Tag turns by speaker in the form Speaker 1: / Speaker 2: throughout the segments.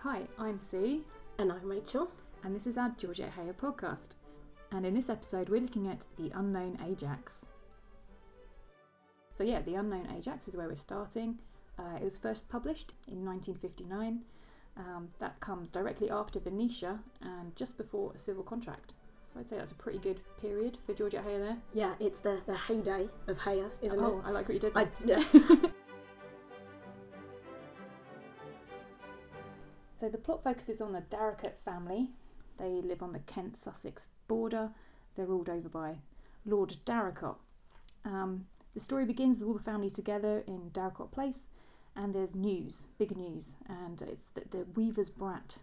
Speaker 1: Hi, I'm Sue,
Speaker 2: And I'm Rachel.
Speaker 1: and this is our Georgette Hayer podcast. And in this episode, we're looking at the unknown Ajax. So, yeah, the unknown Ajax is where we're starting. Uh, it was first published in 1959. Um, that comes directly after Venetia and just before a civil contract. So, I'd say that's a pretty good period for Georgette Hayer there.
Speaker 2: Yeah, it's the, the heyday of Haya, isn't
Speaker 1: oh,
Speaker 2: it?
Speaker 1: I like what you did.
Speaker 2: I, yeah.
Speaker 1: So the plot focuses on the Darricot family. They live on the Kent Sussex border. They're ruled over by Lord Darricot. Um, the story begins with all the family together in Darricot Place, and there's news, big news, and it's that the Weaver's brat,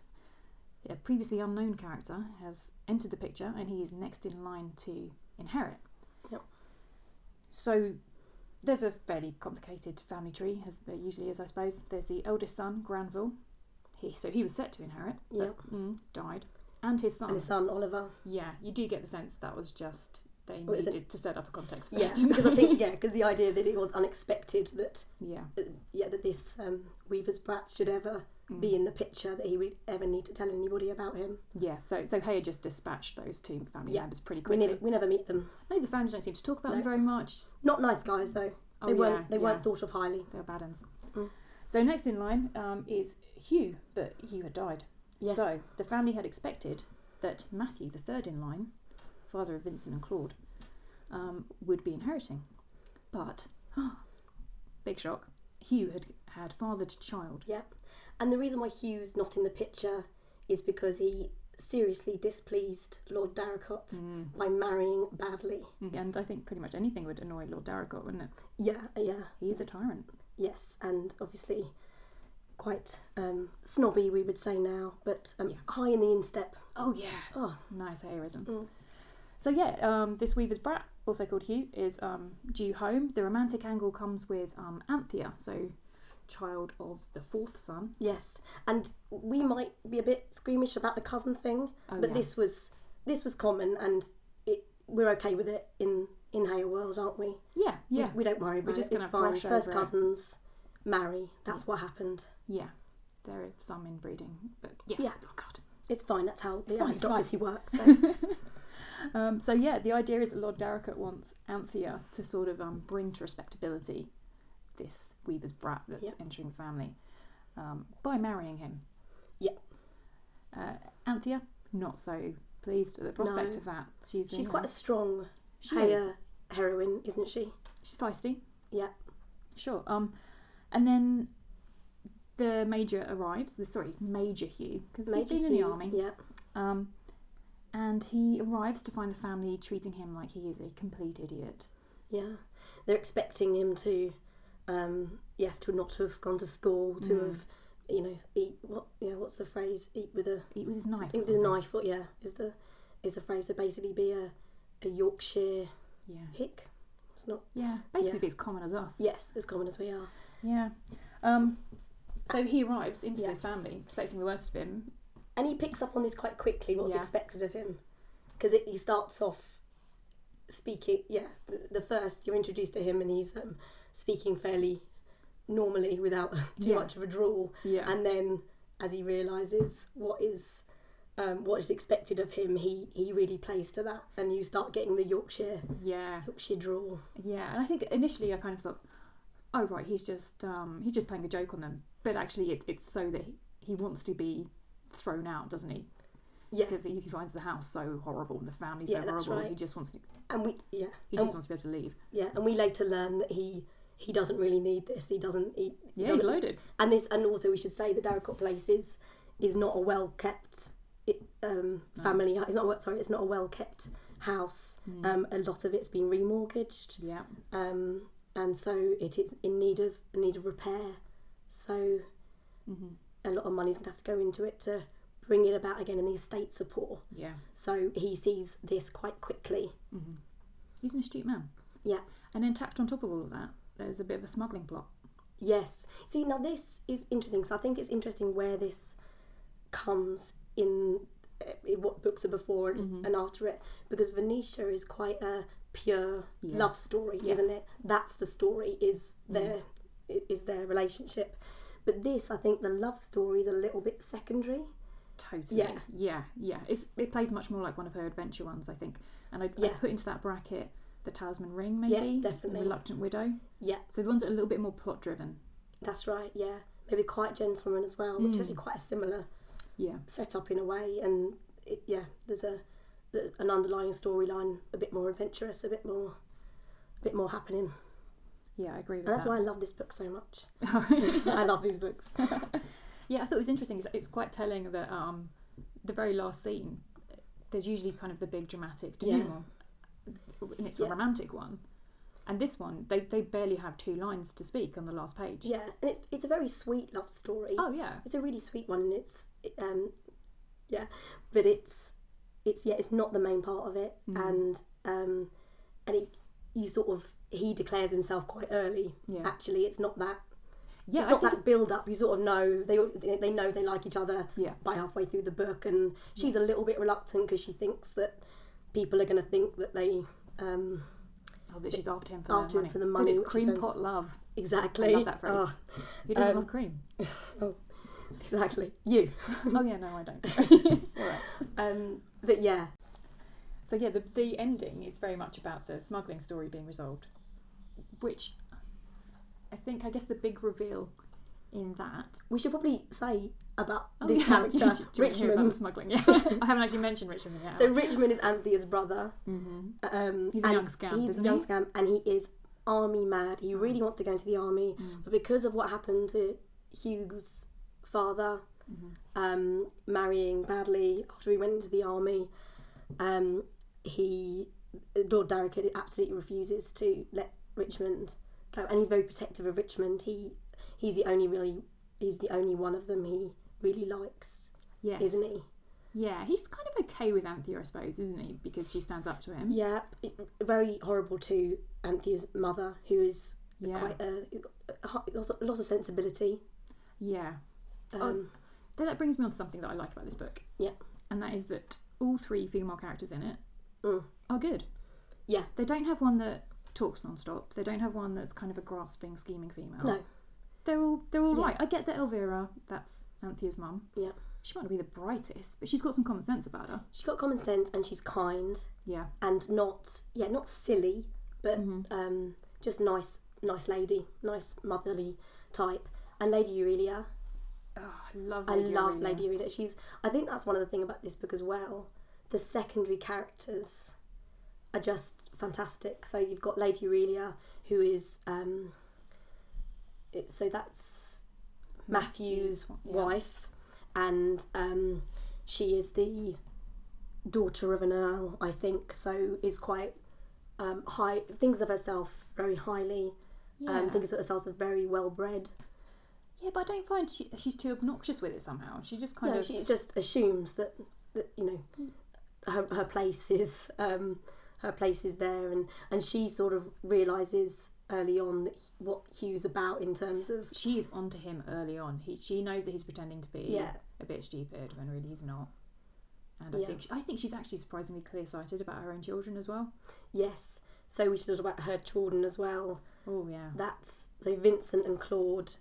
Speaker 1: a previously unknown character, has entered the picture and he is next in line to inherit.
Speaker 2: Yep.
Speaker 1: So there's a fairly complicated family tree, as there usually is, I suppose. There's the eldest son, Granville. He, so he was set to inherit, but
Speaker 2: Yep.
Speaker 1: mm, died, and his son.
Speaker 2: and his son, Oliver.
Speaker 1: yeah, you do get the sense that was just they
Speaker 2: Well, is it-
Speaker 1: needed to set up a context
Speaker 2: Yeah,
Speaker 1: first. didn't
Speaker 2: because I
Speaker 1: they?
Speaker 2: think, yeah, because the idea that it was unexpected that,
Speaker 1: yeah,
Speaker 2: uh, yeah, that this um, Weaver's brat should ever be in the picture, that he would ever need to tell anybody about him.
Speaker 1: yeah. So so Haya just dispatched those two family
Speaker 2: Yeah.
Speaker 1: members pretty
Speaker 2: We
Speaker 1: quickly.
Speaker 2: never, we never meet them.
Speaker 1: No, the family don't seem to talk about them
Speaker 2: No.
Speaker 1: very much.
Speaker 2: Not nice guys, though.
Speaker 1: Oh,
Speaker 2: they weren't,
Speaker 1: yeah,
Speaker 2: they
Speaker 1: yeah.
Speaker 2: weren't thought of highly.
Speaker 1: They're bad uns.
Speaker 2: Mm.
Speaker 1: So next in line um, is Hugh, but Hugh had died.
Speaker 2: Yes.
Speaker 1: So the family had expected that Matthew, the third in line, father of Vincent and Claude, um, would be inheriting. But, big shock, Hugh had, had fathered a child.
Speaker 2: Yeah. And the reason why Hugh's not in the picture is because he seriously displeased Lord Darricot by marrying badly.
Speaker 1: And I think pretty much anything would annoy Lord Darricot, wouldn't it?
Speaker 2: Yeah, yeah.
Speaker 1: He is a tyrant.
Speaker 2: Yes, and obviously quite um, snobby, we would say now, but um,
Speaker 1: Yeah.
Speaker 2: high in the instep.
Speaker 1: Oh, yeah.
Speaker 2: Oh,
Speaker 1: Nice heroism.
Speaker 2: Mm.
Speaker 1: So yeah, um, this Weaver's brat, also called Hugh, is um, due home. The romantic angle comes with um, Anthea, so child of the fourth son.
Speaker 2: yes. And we might be a bit squeamish about the cousin thing,
Speaker 1: Oh,
Speaker 2: but
Speaker 1: yeah.
Speaker 2: this was this was common, and it, we're okay with it in in Hale world, aren't we?
Speaker 1: Yeah,
Speaker 2: We-
Speaker 1: yeah,
Speaker 2: we, don't worry about
Speaker 1: just
Speaker 2: it.
Speaker 1: gonna
Speaker 2: It's fine.
Speaker 1: brush
Speaker 2: First
Speaker 1: over it. Mm.
Speaker 2: cousins marry. That's what happened.
Speaker 1: yeah. There is some inbreeding, but yeah.
Speaker 2: Yeah.
Speaker 1: Oh God.
Speaker 2: It's fine. That's how the
Speaker 1: fine, it's fine.
Speaker 2: aristocracy works. So.
Speaker 1: Um, so yeah, the idea is that Lord Darricot wants Anthea to sort of um, bring to respectability this Weaver's brat that's
Speaker 2: Yeah.
Speaker 1: entering the family um, by marrying him.
Speaker 2: Yeah.
Speaker 1: Uh, Anthea, not so pleased at the prospect
Speaker 2: No.
Speaker 1: of that. She's
Speaker 2: She's
Speaker 1: in,
Speaker 2: quite
Speaker 1: um,
Speaker 2: a strong
Speaker 1: She
Speaker 2: Haya heroine, isn't she?
Speaker 1: She's feisty.
Speaker 2: Yeah.
Speaker 1: Sure. Um, and then the major arrives. The sorry, it's Major Hugh because he's
Speaker 2: Major
Speaker 1: been in the
Speaker 2: Hugh,
Speaker 1: army.
Speaker 2: Yeah.
Speaker 1: Um, and he arrives to find the family treating him like he is a complete idiot.
Speaker 2: Yeah, they're expecting him to, um, yes, to not have gone to school, to
Speaker 1: Mm.
Speaker 2: have, you know, eat what, yeah, what's the phrase? Eat with a
Speaker 1: Eat with his knife.
Speaker 2: eat with a knife. Or, yeah, is the is the phrase to basically be a, a Yorkshire
Speaker 1: Yeah.
Speaker 2: hick? It's not.
Speaker 1: Yeah. Basically,
Speaker 2: Yeah.
Speaker 1: be as common as us.
Speaker 2: Yes, as common as we are.
Speaker 1: Yeah. Um, so he arrives into
Speaker 2: Yeah.
Speaker 1: this family expecting the worst of him.
Speaker 2: And he picks up on this quite quickly. What's
Speaker 1: Yeah.
Speaker 2: expected of him, because he starts off speaking. Yeah, the, the first you're introduced to him, and he's um, speaking fairly normally without too
Speaker 1: Yeah.
Speaker 2: much of a drawl.
Speaker 1: Yeah.
Speaker 2: and then as he realizes what is um, what is expected of him, he he really plays to that, and you start getting the Yorkshire
Speaker 1: yeah.
Speaker 2: Yorkshire drawl.
Speaker 1: Yeah, and I think initially I kind of thought, oh right, he's just um, he's just playing a joke on them. But actually, it, it's so that he, he wants to be thrown out, doesn't he?
Speaker 2: Yeah,
Speaker 1: Because he, he finds the house so horrible and the family so
Speaker 2: Yeah, that's
Speaker 1: horrible. He
Speaker 2: right.
Speaker 1: just wants to,
Speaker 2: and we yeah
Speaker 1: he
Speaker 2: and,
Speaker 1: just wants to be able to leave.
Speaker 2: yeah, and we later learn that he he doesn't really need this. He doesn't he, he
Speaker 1: Yeah, he's
Speaker 2: doesn't
Speaker 1: loaded.
Speaker 2: and this and also we should say the Darricot place is is not a well kept um, family. It's not a well- sorry, it's not a well kept house.
Speaker 1: Hmm.
Speaker 2: Um, a lot of it's been remortgaged.
Speaker 1: Yeah,
Speaker 2: um, and so it is in need of in need of repair. So a lot of money's gonna have to go into it to bring it about again, and the estates are poor.
Speaker 1: yeah,
Speaker 2: So he sees this quite quickly.
Speaker 1: he's an astute man.
Speaker 2: Yeah.
Speaker 1: And then tacked on top of all of that, there's a bit of a smuggling plot.
Speaker 2: Yes. See, now this is interesting. So I think it's interesting where this comes eh,
Speaker 1: Mm-hmm.
Speaker 2: in, uh, in what books are before and, and after it, because Venetia is quite a pure
Speaker 1: Yeah.
Speaker 2: love story,
Speaker 1: Yeah. Mm.
Speaker 2: isn't it? That's the story. Is their i- is their relationship? But this, I think, the love story is a little bit secondary.
Speaker 1: Totally.
Speaker 2: Yeah.
Speaker 1: Yeah. yeah. It's, it plays much more like one of her adventure ones, I think. And I'd,
Speaker 2: Yeah.
Speaker 1: I'd put into that bracket the Talisman Ring, maybe.
Speaker 2: Yeah,
Speaker 1: and
Speaker 2: definitely.
Speaker 1: Reluctant Widow.
Speaker 2: Yeah.
Speaker 1: So the ones that are a little bit more plot driven.
Speaker 2: That's right. Yeah, maybe quite gentleman as well,
Speaker 1: Mm.
Speaker 2: which is actually quite a similar
Speaker 1: Yeah.
Speaker 2: setup in a way. And it, yeah, there's a there's an underlying storyline, a bit more adventurous, a bit more, a bit more happening.
Speaker 1: Yeah, I agree with
Speaker 2: And that's
Speaker 1: that.
Speaker 2: why I love this book so much.
Speaker 1: Oh,
Speaker 2: I love these books.
Speaker 1: Yeah, I thought it was interesting. It's, it's quite telling that um, the very last scene, there's usually kind of the big dramatic
Speaker 2: Yeah.
Speaker 1: denouement, and it's a
Speaker 2: Yeah.
Speaker 1: romantic one. And this one, they, they barely have two lines to speak on the last page.
Speaker 2: Yeah, and it's it's a very sweet love story.
Speaker 1: Oh yeah,
Speaker 2: It's a really sweet one, and it's um, yeah, but it's it's yeah, it's not the main part of it,
Speaker 1: Mm.
Speaker 2: and um, and it you sort of he declares himself quite early.
Speaker 1: Yeah.
Speaker 2: Actually, it's not that.
Speaker 1: yeah.
Speaker 2: Uh, it's
Speaker 1: I
Speaker 2: not
Speaker 1: think
Speaker 2: that build up. You sort of know they all- they- they know they like each other
Speaker 1: Yeah.
Speaker 2: by halfway through the book, and she's a little bit reluctant because she thinks that people are going to think that they um,
Speaker 1: it's- oh, that she's after him for
Speaker 2: after
Speaker 1: the
Speaker 2: him
Speaker 1: money.
Speaker 2: for the
Speaker 1: But
Speaker 2: money,
Speaker 1: it's
Speaker 2: which
Speaker 1: cream
Speaker 2: sounds-
Speaker 1: pot love.
Speaker 2: exactly.
Speaker 1: love that phrase.
Speaker 2: Oh,
Speaker 1: Who doesn't
Speaker 2: Um,
Speaker 1: love cream?
Speaker 2: exactly. You.
Speaker 1: oh yeah, no, I don't. All right.
Speaker 2: Um, but yeah,
Speaker 1: So yeah, the the ending is very much about the smuggling story being resolved, which I think I guess the big reveal in that
Speaker 2: we should probably say about
Speaker 1: Oh,
Speaker 2: this
Speaker 1: yeah. Do you-
Speaker 2: character,
Speaker 1: do you wanna hear about the
Speaker 2: Richmond.
Speaker 1: smuggling. Yeah, I haven't actually mentioned Richmond yet. Mm-hmm.
Speaker 2: So Richmond is Anthea's brother. Um,
Speaker 1: He's a
Speaker 2: and
Speaker 1: young scamp,
Speaker 2: He's
Speaker 1: isn't
Speaker 2: a young
Speaker 1: he? Oh.
Speaker 2: scamp, and he is army mad. He really wants to go into the army, but because of what happened to Hugh's father,
Speaker 1: Mm-hmm.
Speaker 2: um, marrying badly after he went into the army, um, he Lord Derrick absolutely refuses to let Richmond go, and he's very protective of Richmond. He he's the only really he's the only one of them he really likes,
Speaker 1: yes.
Speaker 2: isn't he?
Speaker 1: Yeah, he's kind of okay with Anthea, I suppose, isn't he? Because she stands up to him.
Speaker 2: Yeah, it- very horrible to Anthea's mother, who is
Speaker 1: Yeah.
Speaker 2: quite a, a- lots, of, lots of sensibility.
Speaker 1: Yeah. Oh.
Speaker 2: Um,
Speaker 1: Then that brings me on to something that I like about this book,
Speaker 2: Yeah,
Speaker 1: and that is that all three female characters in it
Speaker 2: Mm.
Speaker 1: are good.
Speaker 2: yeah,
Speaker 1: They don't have one that talks non-stop. They don't have one that's kind of a grasping, scheming female.
Speaker 2: No.
Speaker 1: They're all they're all
Speaker 2: Yeah.
Speaker 1: right. I get that Elvira, that's Anthea's mum.
Speaker 2: yeah.
Speaker 1: She might not be the brightest, but she's got some common sense about her.
Speaker 2: She's got common sense and she's kind
Speaker 1: Yeah.
Speaker 2: and not yeah not silly, but um, just nice nice lady, nice motherly type. And Lady Aurelia,
Speaker 1: Oh, I love
Speaker 2: I
Speaker 1: Lady
Speaker 2: love
Speaker 1: Aurelia.
Speaker 2: Lady Aurelia. She's I think that's one of the thing about this book as well. The secondary characters are just fantastic. So you've got Lady Aurelia, who is um, it, so that's
Speaker 1: Matthew's
Speaker 2: Matthew's
Speaker 1: w- yeah.
Speaker 2: wife, and um, she is the daughter of an earl, I think. So is quite um, high thinks of herself very highly.
Speaker 1: Yeah.
Speaker 2: Um, thinks of herself as very well bred.
Speaker 1: Yeah, but I don't find she, she's too obnoxious with it somehow. She just kind
Speaker 2: No,
Speaker 1: of Mm.
Speaker 2: she just assumes that, that you know her, her place is um, her place is there, and and she sort of realizes early on that he- what Hugh's about in terms of
Speaker 1: she's onto him early on. He she knows that he's pretending to be
Speaker 2: Yeah.
Speaker 1: a bit stupid when really he's not. And I
Speaker 2: Yeah.
Speaker 1: think I think she's actually surprisingly clear sighted about her own children as well.
Speaker 2: yes. So we should talk about her children as well.
Speaker 1: Oh yeah,
Speaker 2: That's so Vincent and Claude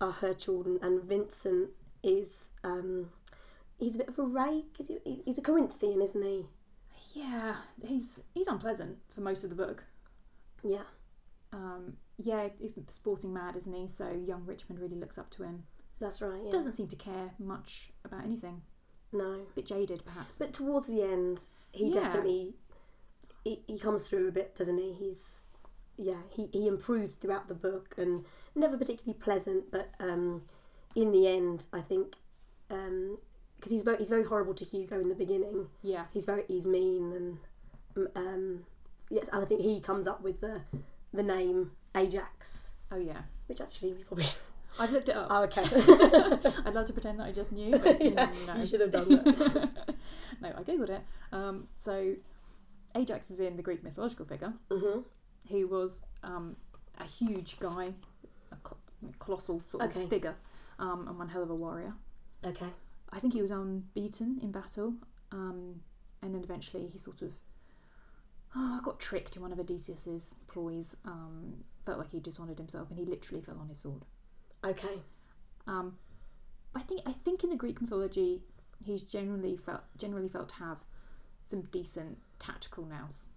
Speaker 2: are her children, and Vincent is um, he's a bit of a rake. Is he, he's a Corinthian, isn't he?
Speaker 1: yeah. He's he's unpleasant for most of the book.
Speaker 2: Yeah,
Speaker 1: Um, yeah, he's sporting mad, isn't he? So young Richmond really looks up to him.
Speaker 2: that's right. Yeah.
Speaker 1: Doesn't seem to care much about anything.
Speaker 2: no.
Speaker 1: bit jaded, perhaps.
Speaker 2: But towards the end, he
Speaker 1: Yeah.
Speaker 2: definitely he, he comes through a bit, doesn't he? He's yeah, he, he improves throughout the book and never particularly pleasant, but um, in the end, I think because he's very he's very horrible to Hugo in the beginning.
Speaker 1: yeah,
Speaker 2: He's very he's mean and um, yes, and I think he comes up with the the name Ajax,
Speaker 1: oh yeah.
Speaker 2: which actually we probably
Speaker 1: I've looked it up.
Speaker 2: oh okay
Speaker 1: I'd love to pretend that I just knew, but mm, no.
Speaker 2: you should have done that
Speaker 1: no, I googled it. Um, so Ajax is in the Greek mythological figure.
Speaker 2: hmm
Speaker 1: He was um, a huge guy, a col- colossal sort
Speaker 2: Okay.
Speaker 1: of figure, um, and one hell of a warrior.
Speaker 2: okay
Speaker 1: I think he was unbeaten in battle, um, and then eventually he sort of oh, I got tricked in one of Odysseus's ploys. Um, felt like he dishonored himself, and he literally fell on his sword.
Speaker 2: Okay.
Speaker 1: Um, I think I think in the Greek mythology, he's generally felt generally felt to have some decent tactical nous,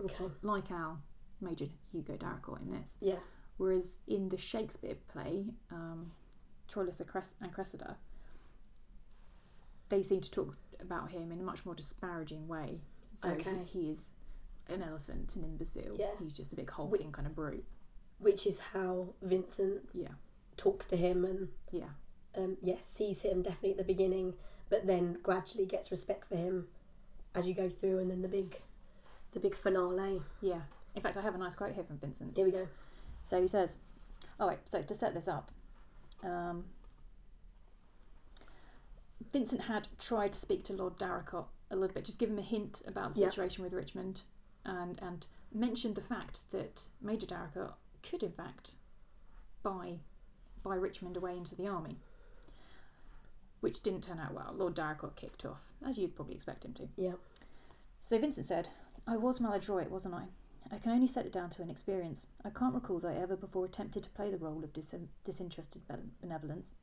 Speaker 2: Okay.
Speaker 1: like our Major Hugo Darricourt in this.
Speaker 2: Yeah.
Speaker 1: Whereas in the Shakespeare play, um, Troilus and Cres- and Cressida, they seem to talk about him in a much more disparaging way. So
Speaker 2: Okay.
Speaker 1: he, he is an elephant, an imbecile.
Speaker 2: Yeah.
Speaker 1: He's just a big hulking kind of brute.
Speaker 2: Which is how Vincent
Speaker 1: Yeah,
Speaker 2: talks to him and
Speaker 1: yeah,
Speaker 2: um, yes, sees him definitely at the beginning, but then gradually gets respect for him as you go through, and then the big, the big finale.
Speaker 1: yeah. In fact, I have a nice quote here from Vincent.
Speaker 2: Here we go.
Speaker 1: So he says, "All right. So to set this up, um, Vincent had tried to speak to Lord Darricot a little bit, just give him a hint about the
Speaker 2: Yeah.
Speaker 1: situation with Richmond, and and mentioned the fact that Major Darricot could in fact buy buy Richmond away into the army." Which didn't turn out well. Lord Darricot kicked off, as you'd probably expect him to.
Speaker 2: Yeah.
Speaker 1: So Vincent said, I was maladroit, wasn't I? I can only set it down to inexperience. I can't recall that I ever before attempted to play the role of dis- disinterested ben- benevolence.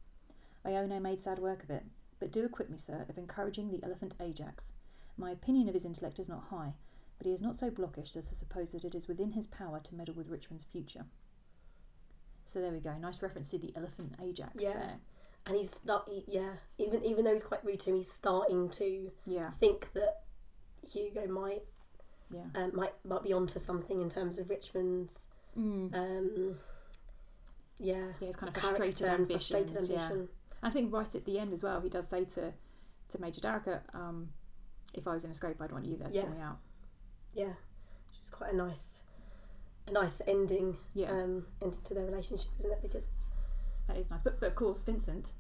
Speaker 1: I own I made sad work of it, but do acquit me, sir, of encouraging the elephant Ajax. My opinion of his intellect is not high, but he is not so blockish as to suppose that it is within his power to meddle with Richmond's future. So there we go. Nice reference to the elephant Ajax
Speaker 2: Yeah.
Speaker 1: there.
Speaker 2: And he's not. he- Yeah. Even even though he's quite rude to him, he's starting to
Speaker 1: Yeah,
Speaker 2: think that Hugo might
Speaker 1: yeah.
Speaker 2: um, might might be onto something in terms of Richmond's.
Speaker 1: Mm.
Speaker 2: Um, yeah.
Speaker 1: Yeah, it's kind of
Speaker 2: character
Speaker 1: frustrated
Speaker 2: and
Speaker 1: ambitions.
Speaker 2: frustrated
Speaker 1: yeah.
Speaker 2: ambition.
Speaker 1: I think right at the end as well, he does say to to Major Darricot, um, "If I was in a scrape, I'd want you there to
Speaker 2: Yeah.
Speaker 1: pull me out."
Speaker 2: Yeah. Which is quite a nice, a nice ending.
Speaker 1: Yeah,
Speaker 2: Um, ending to their relationship, isn't it? Because
Speaker 1: that is nice. But but of course, Vincent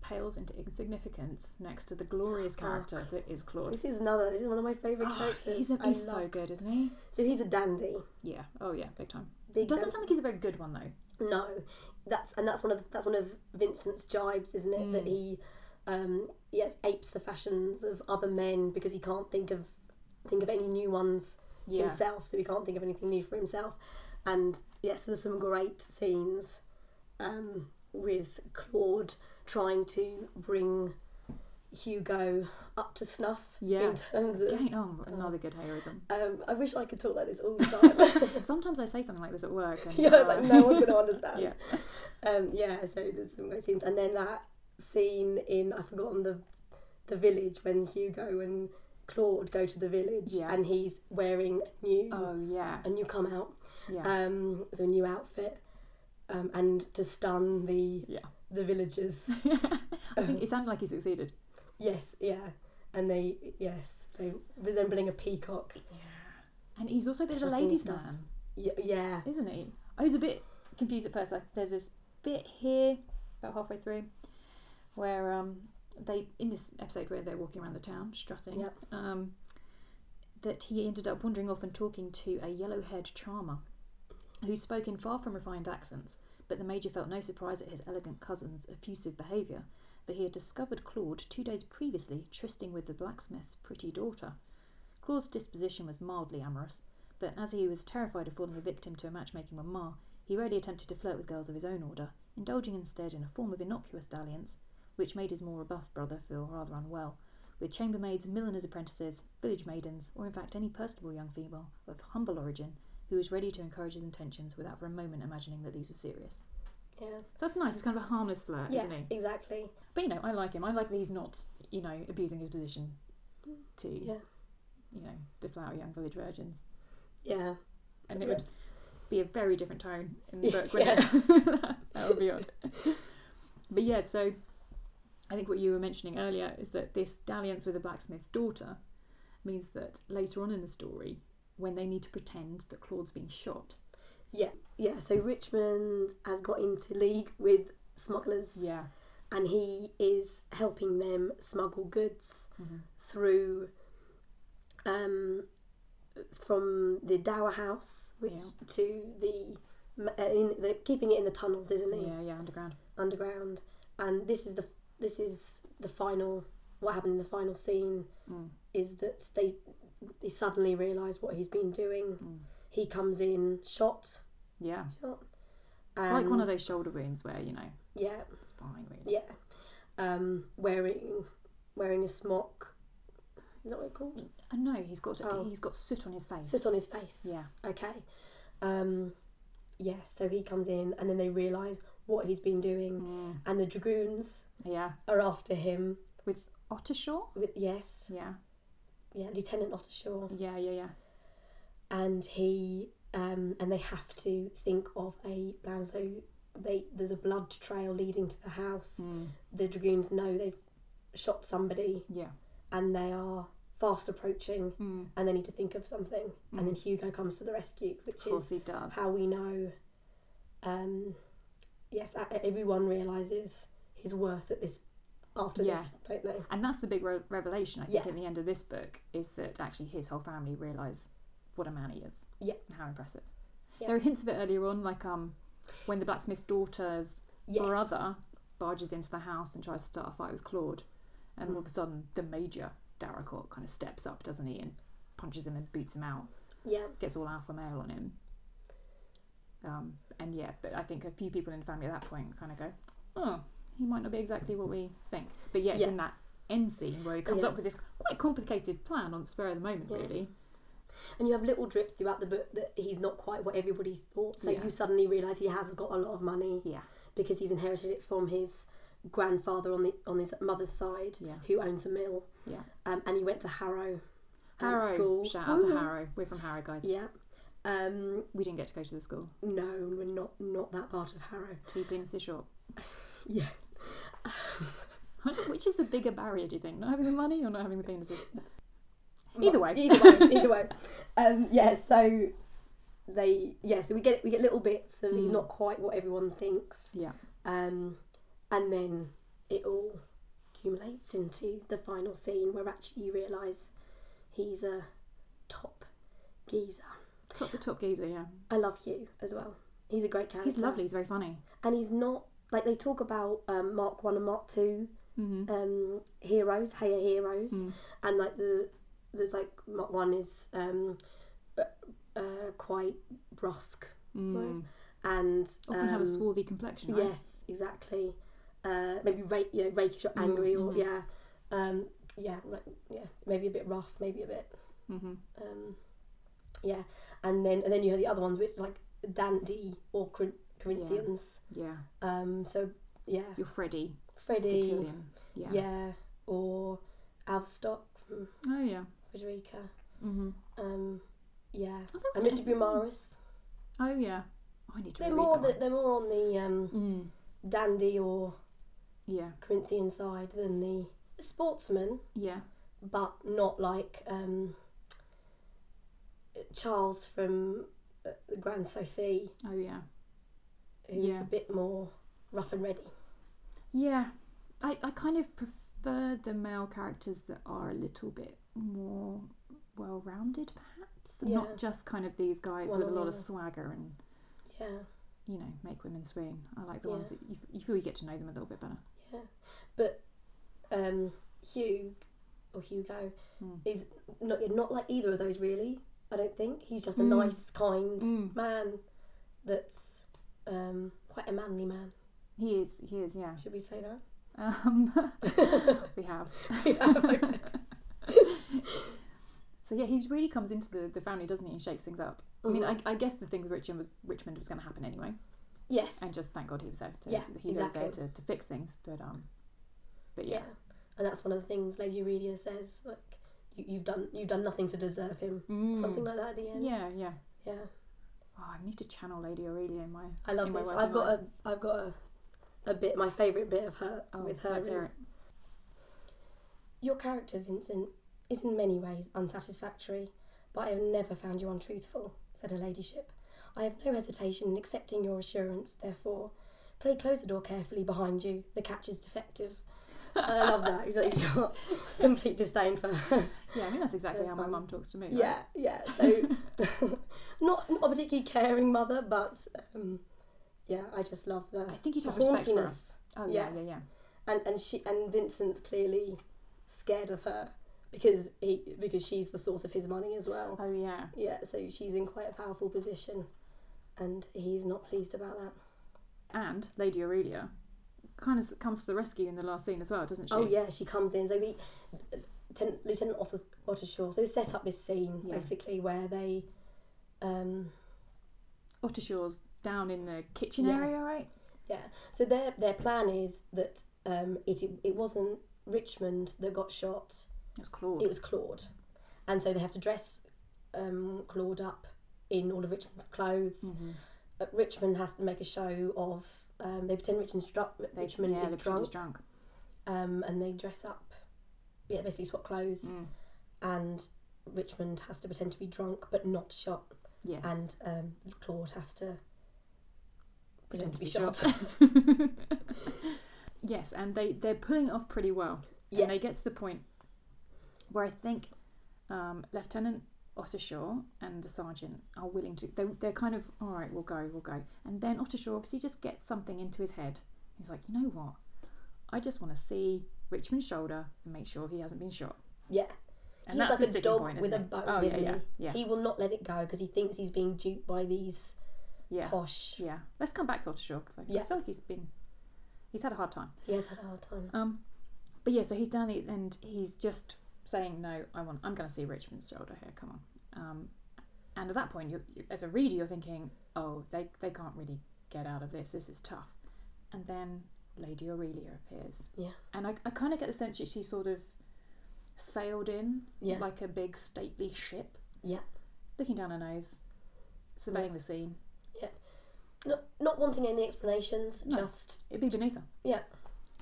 Speaker 1: pales into insignificance next to the glorious character that is Claude.
Speaker 2: This is another. This is one of my favourite
Speaker 1: Oh,
Speaker 2: characters.
Speaker 1: he's a,
Speaker 2: I
Speaker 1: he's
Speaker 2: love-
Speaker 1: so good, isn't he?
Speaker 2: So he's a dandy.
Speaker 1: Yeah. Oh yeah, big time.
Speaker 2: Big
Speaker 1: It doesn't
Speaker 2: dan-
Speaker 1: sound like he's a very good one though.
Speaker 2: no, that's and that's one of that's one of Vincent's jibes, isn't it?
Speaker 1: Hmm.
Speaker 2: That he, um, yes, apes the fashions of other men because he can't think of think of any new ones
Speaker 1: Yeah.
Speaker 2: himself, so he can't think of anything new for himself. And yes, there's some great scenes um, with Claude trying to bring Hugo up to snuff
Speaker 1: Yeah.
Speaker 2: in terms of
Speaker 1: Again, oh, another good heroism.
Speaker 2: Um, I wish I could talk like this all the time.
Speaker 1: Sometimes I say something like this at work. And,
Speaker 2: yeah, it's
Speaker 1: uh,
Speaker 2: like no one's going to understand.
Speaker 1: yeah.
Speaker 2: Um, yeah, so there's some great scenes, and then that scene in I've forgotten the the village when Hugo and Claude go to the village,
Speaker 1: Yeah.
Speaker 2: and he's wearing a new
Speaker 1: Oh yeah.
Speaker 2: a new come out,
Speaker 1: Yeah.
Speaker 2: um, so a new outfit, um, and to stun the
Speaker 1: yeah.
Speaker 2: the villagers.
Speaker 1: I think it sounded like he succeeded.
Speaker 2: yes, yeah, and they yes, they resembling a peacock.
Speaker 1: And he's also a bit of a
Speaker 2: Shutting
Speaker 1: ladies'
Speaker 2: stuff.
Speaker 1: man.
Speaker 2: Y- yeah,
Speaker 1: isn't he? I was a bit confused at first. Like, there's this bit here, about halfway through, where um, they in this episode where they're walking around the town strutting,
Speaker 2: Yep.
Speaker 1: um, that he ended up wandering off and talking to a yellow-haired charmer, who spoke in far from refined accents. But the major felt no surprise at his elegant cousin's effusive behaviour, for he had discovered Claude two days previously trysting with the blacksmith's pretty daughter. Claude's disposition was mildly amorous, but as he was terrified of falling a victim to a matchmaking mamma, he rarely attempted to flirt with girls of his own order, indulging instead in a form of innocuous dalliance, which made his more robust brother feel rather unwell, with chambermaids, milliners' apprentices, village maidens, or in fact any personable young female of humble origin who was ready to encourage his intentions without for a moment imagining that these were serious.
Speaker 2: yeah,
Speaker 1: So that's nice, it's kind of a harmless flirt,
Speaker 2: yeah,
Speaker 1: isn't he?
Speaker 2: exactly.
Speaker 1: But you know, I like him. I like that he's not, you know, abusing his position to,
Speaker 2: Yeah.
Speaker 1: you know, deflower young village virgins
Speaker 2: Yeah.
Speaker 1: and it would be a very different tone in the
Speaker 2: Yeah.
Speaker 1: book. Wouldn't it? that would be odd. But yeah, so I think what you were mentioning earlier is that this dalliance with a blacksmith's daughter means that later on in the story, when they need to pretend that Claude's been shot,
Speaker 2: Yeah, so Richmond has got into league with smugglers and he is helping them smuggle goods
Speaker 1: Mhm.
Speaker 2: through um, from the Dower House which,
Speaker 1: Yeah.
Speaker 2: to the uh, in the, keeping it in the tunnels, isn't he?
Speaker 1: yeah, yeah, underground.
Speaker 2: Underground. And this is the this is the final what happened in the final scene
Speaker 1: Mm.
Speaker 2: is that they he suddenly realised what he's been doing.
Speaker 1: Mm.
Speaker 2: He comes in shot,
Speaker 1: Yeah.
Speaker 2: shot.
Speaker 1: like one
Speaker 2: and-
Speaker 1: of those shoulder wounds where, you know,
Speaker 2: yeah,
Speaker 1: it's fine, really.
Speaker 2: yeah, um, wearing wearing a smock. Is that what it's called?
Speaker 1: Uh, no, he's got
Speaker 2: Oh.
Speaker 1: he's got soot on his face.
Speaker 2: Soot on his face.
Speaker 1: Yeah.
Speaker 2: Okay. Um, yes. so he comes in, and then they realise what he's been doing, and the dragoons
Speaker 1: Yeah.
Speaker 2: are after him.
Speaker 1: With Ottershaw?
Speaker 2: With yes,
Speaker 1: Yeah.
Speaker 2: yeah, Lieutenant Ottershaw,
Speaker 1: Yeah, yeah, yeah.
Speaker 2: and he um, and they have to think of a plan. So they there's a blood trail leading to the house. The dragoons know they've shot somebody,
Speaker 1: Yeah. Mm.
Speaker 2: and they are fast approaching, and they need to think of something. And then Hugo comes to the rescue,
Speaker 1: Of
Speaker 2: which is
Speaker 1: course he does.
Speaker 2: how we know um yes a- everyone realizes his worth at this after
Speaker 1: Yeah.
Speaker 2: this don't they
Speaker 1: And that's the big re- revelation, I think,
Speaker 2: Yeah.
Speaker 1: at the end of this book, is that actually his whole family realise what a man he is.
Speaker 2: Yeah.
Speaker 1: And how impressive.
Speaker 2: Yeah.
Speaker 1: There are hints of it earlier on, like um, when the blacksmith's daughter's
Speaker 2: yes
Speaker 1: brother barges into the house and tries to start a fight with Claude. And
Speaker 2: Mm.
Speaker 1: all of a sudden, the major, Daracot, kind of steps up, doesn't he, and punches him and beats him out.
Speaker 2: yeah
Speaker 1: Gets all alpha male on him. Um, and yeah, but I think a few people in the family at that point kind of go, oh, he might not be exactly what we think. But yeah, it's
Speaker 2: Yeah.
Speaker 1: in that end scene where he comes
Speaker 2: Yeah.
Speaker 1: up with this quite complicated plan on the spur of the moment,
Speaker 2: Yeah.
Speaker 1: really.
Speaker 2: and you have little drips throughout the book that he's not quite what everybody thought so
Speaker 1: Yeah.
Speaker 2: you suddenly realize he has got a lot of money
Speaker 1: Yeah.
Speaker 2: because he's inherited it from his grandfather on the on his mother's side
Speaker 1: Yeah.
Speaker 2: who owns a mill
Speaker 1: Yeah.
Speaker 2: um, and he went to harrow um,
Speaker 1: Harrow.
Speaker 2: school
Speaker 1: Shout out to
Speaker 2: Woo.
Speaker 1: Harrow. We're from Harrow, guys.
Speaker 2: yeah um
Speaker 1: We didn't get to go to the school.
Speaker 2: no we're not not that part of harrow
Speaker 1: Two penises short.
Speaker 2: yeah
Speaker 1: Which is the bigger barrier, do you think? Not having the money or not having the penises?
Speaker 2: Well,
Speaker 1: Either way.
Speaker 2: either way, either way. Um, yeah, so they yeah, so we get we get little bits of
Speaker 1: Hmm.
Speaker 2: he's not quite what everyone thinks,
Speaker 1: Yeah.
Speaker 2: um, and then it all accumulates into the final scene where actually you realise he's a top geezer.
Speaker 1: Top the top geezer, yeah.
Speaker 2: I love you as well. He's a great character.
Speaker 1: He's lovely, he's very funny.
Speaker 2: and he's not like they talk about um, Mark One and Mark 2
Speaker 1: Mm-hmm.
Speaker 2: um, heroes, Heya heroes,
Speaker 1: Mm.
Speaker 2: and like the there's like Mark One is um, uh, uh, quite brusque,
Speaker 1: Mm.
Speaker 2: right? and
Speaker 1: Often have a
Speaker 2: um,
Speaker 1: swarthy complexion, right?
Speaker 2: yes, exactly. Uh, maybe rake, you know, rakish or
Speaker 1: Mm,
Speaker 2: angry,
Speaker 1: mm-hmm.
Speaker 2: or yeah, um, yeah, right, yeah, maybe a bit rough, maybe a bit,
Speaker 1: Mm-hmm.
Speaker 2: um, yeah, and then and then you have the other ones which like dandy or Corin- Corinthians.
Speaker 1: Yeah.
Speaker 2: Um, so yeah,
Speaker 1: You're Freddy.
Speaker 2: Freddie,
Speaker 1: Cotillion. Yeah.
Speaker 2: yeah. or Avstock from
Speaker 1: Oh, yeah.
Speaker 2: Frederica,
Speaker 1: hmm
Speaker 2: um, yeah,
Speaker 1: I thought
Speaker 2: and
Speaker 1: we
Speaker 2: Mr.
Speaker 1: did-
Speaker 2: Brumaris.
Speaker 1: Oh, yeah. Oh, I need to
Speaker 2: They're
Speaker 1: reread
Speaker 2: more
Speaker 1: that
Speaker 2: the,
Speaker 1: one.
Speaker 2: they're more on the um,
Speaker 1: Mm.
Speaker 2: dandy or
Speaker 1: Yeah.
Speaker 2: Corinthian side than the sportsman,
Speaker 1: Yeah.
Speaker 2: but not like um, Charles from uh, the Grand Sophie,
Speaker 1: Oh, yeah.
Speaker 2: who's
Speaker 1: Yeah.
Speaker 2: a bit more rough and ready.
Speaker 1: Yeah. I, I kind of prefer the male characters that are a little bit more well rounded, perhaps. and
Speaker 2: Yeah.
Speaker 1: Not just kind of these guys
Speaker 2: One
Speaker 1: with
Speaker 2: or
Speaker 1: a
Speaker 2: the
Speaker 1: lot of
Speaker 2: other.
Speaker 1: swagger and,
Speaker 2: Yeah,
Speaker 1: you know, make women swoon. I like the
Speaker 2: Yeah.
Speaker 1: ones that you, you feel you get to know them a little bit better.
Speaker 2: yeah, but um, Hugh or Hugo.
Speaker 1: Mm.
Speaker 2: is not yeah, not like either of those really. I don't think he's just a
Speaker 1: Mm.
Speaker 2: nice, kind
Speaker 1: Mm.
Speaker 2: man that's um, quite a manly man.
Speaker 1: He is, he is, yeah.
Speaker 2: Should we say that?
Speaker 1: Um, we have. So yeah, he really comes into the, the family, doesn't he, and shakes things up. I mean,
Speaker 2: Mm-hmm.
Speaker 1: I, I guess the thing with Richmond was Richmond was going to happen anyway,
Speaker 2: yes.
Speaker 1: and just thank God he was there. To,
Speaker 2: Yeah,
Speaker 1: he was there
Speaker 2: exactly.
Speaker 1: to, to fix things, but um, but
Speaker 2: yeah.
Speaker 1: yeah,
Speaker 2: and that's one of the things Lady Aurelia says. Like you, you've done you've done nothing to deserve him.
Speaker 1: Mm.
Speaker 2: Something like that at the end.
Speaker 1: yeah, yeah.
Speaker 2: Yeah.
Speaker 1: Oh, I need to channel Lady Aurelia in my.
Speaker 2: I love
Speaker 1: In my
Speaker 2: this.
Speaker 1: work,
Speaker 2: I've
Speaker 1: in
Speaker 2: got
Speaker 1: my
Speaker 2: a I've got a, a bit my favourite bit of her
Speaker 1: Oh,
Speaker 2: with her.
Speaker 1: let's
Speaker 2: in-
Speaker 1: hear it.
Speaker 2: Your character, Vincent, is in many ways unsatisfactory, but I have never found you untruthful, said her ladyship. I have no hesitation in accepting your assurance, therefore. Play close the door carefully behind you. The catch is defective. And I love that. He's like, he's got complete disdain for her.
Speaker 1: Yeah, I mean that's exactly
Speaker 2: Her
Speaker 1: how my
Speaker 2: son.
Speaker 1: mum talks to me. right?
Speaker 2: Yeah, yeah. So, not, not a particularly caring mother, but um, yeah, I just love the,
Speaker 1: I think you'd
Speaker 2: the
Speaker 1: have respect for her.
Speaker 2: hauntiness
Speaker 1: Oh yeah, yeah,
Speaker 2: Yeah.
Speaker 1: yeah.
Speaker 2: and and she and Vincent's clearly scared of her because he because she's the source of his money as well.
Speaker 1: Oh yeah.
Speaker 2: Yeah, so she's in quite a powerful position, and he's not pleased about that.
Speaker 1: And Lady Aurelia kind of comes to the rescue in the last scene as well, doesn't she?
Speaker 2: Oh yeah, she comes in. So we, Ten, Lieutenant Otter, Ottershaw. So they set up this scene
Speaker 1: Yeah.
Speaker 2: basically where they, um,
Speaker 1: Ottershaw's down in the kitchen
Speaker 2: Yeah.
Speaker 1: area, right?
Speaker 2: yeah. So their their plan is that um, it it wasn't Richmond that got shot.
Speaker 1: It was Claude.
Speaker 2: It was Claude, and so they have to dress um, Claude up in all of Richmond's clothes.
Speaker 1: Mhm.
Speaker 2: Uh, Richmond has to make a show of. Um, they pretend Richmond's dru-
Speaker 1: They-
Speaker 2: Richmond
Speaker 1: yeah,
Speaker 2: is
Speaker 1: the
Speaker 2: drunk,
Speaker 1: is drunk.
Speaker 2: um, and they dress up. Yeah, basically swap clothes,
Speaker 1: Mm.
Speaker 2: and Richmond has to pretend to be drunk but not shot,
Speaker 1: Yes.
Speaker 2: and um, Claude has to pretend to be shot.
Speaker 1: yes, and they they're pulling it off pretty well.
Speaker 2: Yeah.
Speaker 1: And they get to the point where I think um, Lieutenant Ottershaw and the sergeant are willing to. They, they're kind of all right. We'll go. We'll go. And then Ottershaw obviously just gets something into his head. He's like, you know what? I just want to see Richmond's shoulder and make sure he hasn't been shot.
Speaker 2: Yeah,
Speaker 1: And
Speaker 2: he's
Speaker 1: that's the
Speaker 2: like a
Speaker 1: sticking
Speaker 2: dog
Speaker 1: point,
Speaker 2: with a
Speaker 1: isn't it?
Speaker 2: bone,
Speaker 1: Oh yeah,
Speaker 2: isn't
Speaker 1: yeah,
Speaker 2: he?
Speaker 1: yeah,
Speaker 2: He will not let it go because he thinks he's being duped by these
Speaker 1: yeah.
Speaker 2: posh.
Speaker 1: Yeah, let's come back to Ottershaw because I, I
Speaker 2: Yeah.
Speaker 1: feel like he's been he's had a hard time.
Speaker 2: He has had a hard time.
Speaker 1: Um, but yeah, so he's down the, and he's just saying, "No, I want. I'm going to see Richmond's shoulder here. Come on." Um, and at that point, you, you, as a reader, you're thinking, "Oh, they they can't really get out of this. This is tough." And then Lady Aurelia appears.
Speaker 2: Yeah.
Speaker 1: And I, I kind of get the sense that she sort of sailed in
Speaker 2: Yeah.
Speaker 1: like a big stately ship.
Speaker 2: Yeah.
Speaker 1: Looking down her nose, surveying the scene.
Speaker 2: not, not wanting any explanations,
Speaker 1: No.
Speaker 2: just
Speaker 1: It'd be beneath her.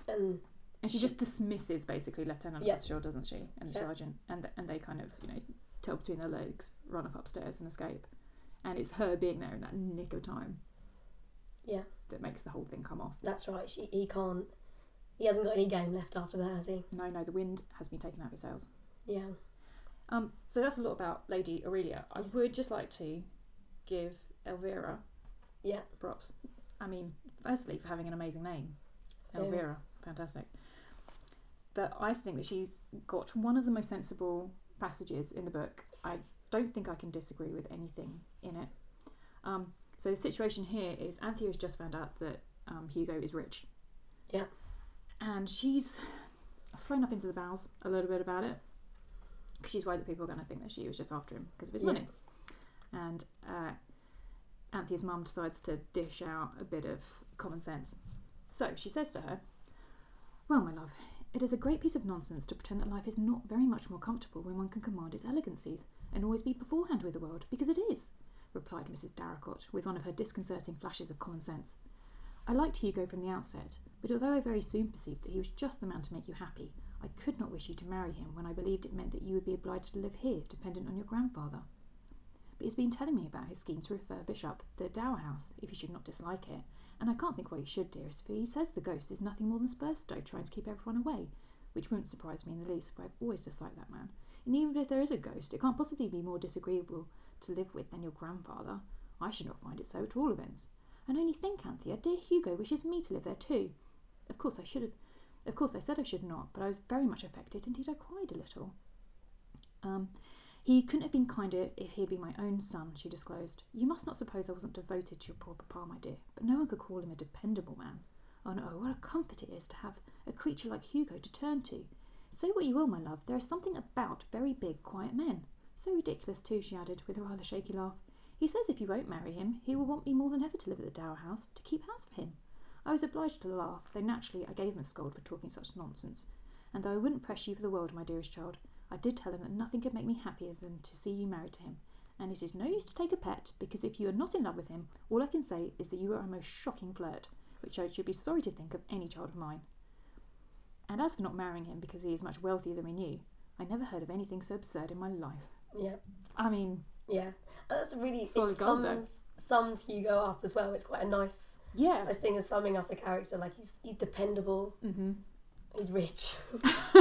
Speaker 2: and
Speaker 1: And she
Speaker 2: She-
Speaker 1: just dismisses basically Lieutenant
Speaker 2: Yeah.
Speaker 1: Fitzgerald, doesn't she? And the
Speaker 2: Yeah.
Speaker 1: sergeant, and th- and they kind of you know tail between their legs, run off upstairs and escape. And it's her being there in that nick of time.
Speaker 2: Yeah.
Speaker 1: That makes the whole thing come off.
Speaker 2: that's right. She, he can't. He hasn't got any game left after that, has he?
Speaker 1: No, no, the wind has been taken out of your sails.
Speaker 2: Yeah.
Speaker 1: Um, so that's a lot about Lady Aurelia. I would just like to give Elvira.
Speaker 2: Yeah.
Speaker 1: Props. I mean, firstly for having an amazing name,
Speaker 2: Yeah.
Speaker 1: Elvira, fantastic. But I think that she's got one of the most sensible passages in the book. I don't think I can disagree with anything in it. Um, so the situation here is Anthea has just found out that um, Hugo is rich.
Speaker 2: Yeah.
Speaker 1: And she's flown up into the bowels a little bit about it because she's worried that people are going to think that she was just after him because of his
Speaker 2: Yeah.
Speaker 1: money. And uh, Anthea's mum decides to dish out a bit of common sense. So she says to her, Well, my love, it is a great piece of nonsense to pretend that life is not very much more comfortable when one can command its elegancies and always be beforehand with the world, because it is, replied Mrs. Darricot with one of her disconcerting flashes of common sense. I liked Hugo from the outset, but although I very soon perceived that he was just the man to make you happy, I could not wish you to marry him when I believed it meant that you would be obliged to live here, dependent on your grandfather. But he's been telling me about his scheme to refurbish up the Dower House, if you should not dislike it, and I can't think why you should, dearest, for he says the ghost is nothing more than Spurstow trying to keep everyone away, which won't surprise me in the least, for I've always disliked that man. And even if there is a ghost, it can't possibly be more disagreeable to live with than your grandfather. I should not find it so at all events. And only think, Anthea, dear Hugo wishes me to live there too. Of course I should have of course I said I should not, but I was very much affected, indeed I cried a little. Um he couldn't have been kinder if he had been my own son, she disclosed. You must not suppose I wasn't devoted to your poor papa, my dear, but no one could call him a dependable man. Oh no, what a comfort it is to have a creature like Hugo to turn to. Say what you will, my love, there is something about very big, quiet men. So ridiculous, too, she added, with a rather shaky laugh. He says if you won't marry him, he will want me more than ever to live at the Dower House, to keep house for him. I was obliged to laugh, though naturally I gave him a scold for talking such nonsense. And though I wouldn't press you for the world, my dearest child, I did tell him that nothing could make me happier than to see you married to him. And it is no use to take a pet, because if you are not in love with him, all I can say is that you are a most shocking flirt, which I should be sorry to think of any child of mine. And as for not marrying him because he is much wealthier than we knew, I never heard of anything so absurd in my life.
Speaker 2: Yeah.
Speaker 1: I mean,
Speaker 2: Yeah. Uh, That's really
Speaker 1: Solid
Speaker 2: it
Speaker 1: gold there.
Speaker 2: sums sums Hugo up as well. It's quite a nice
Speaker 1: yeah.
Speaker 2: nice thing of summing up a character. Like he's he's dependable.
Speaker 1: hmm
Speaker 2: He's rich.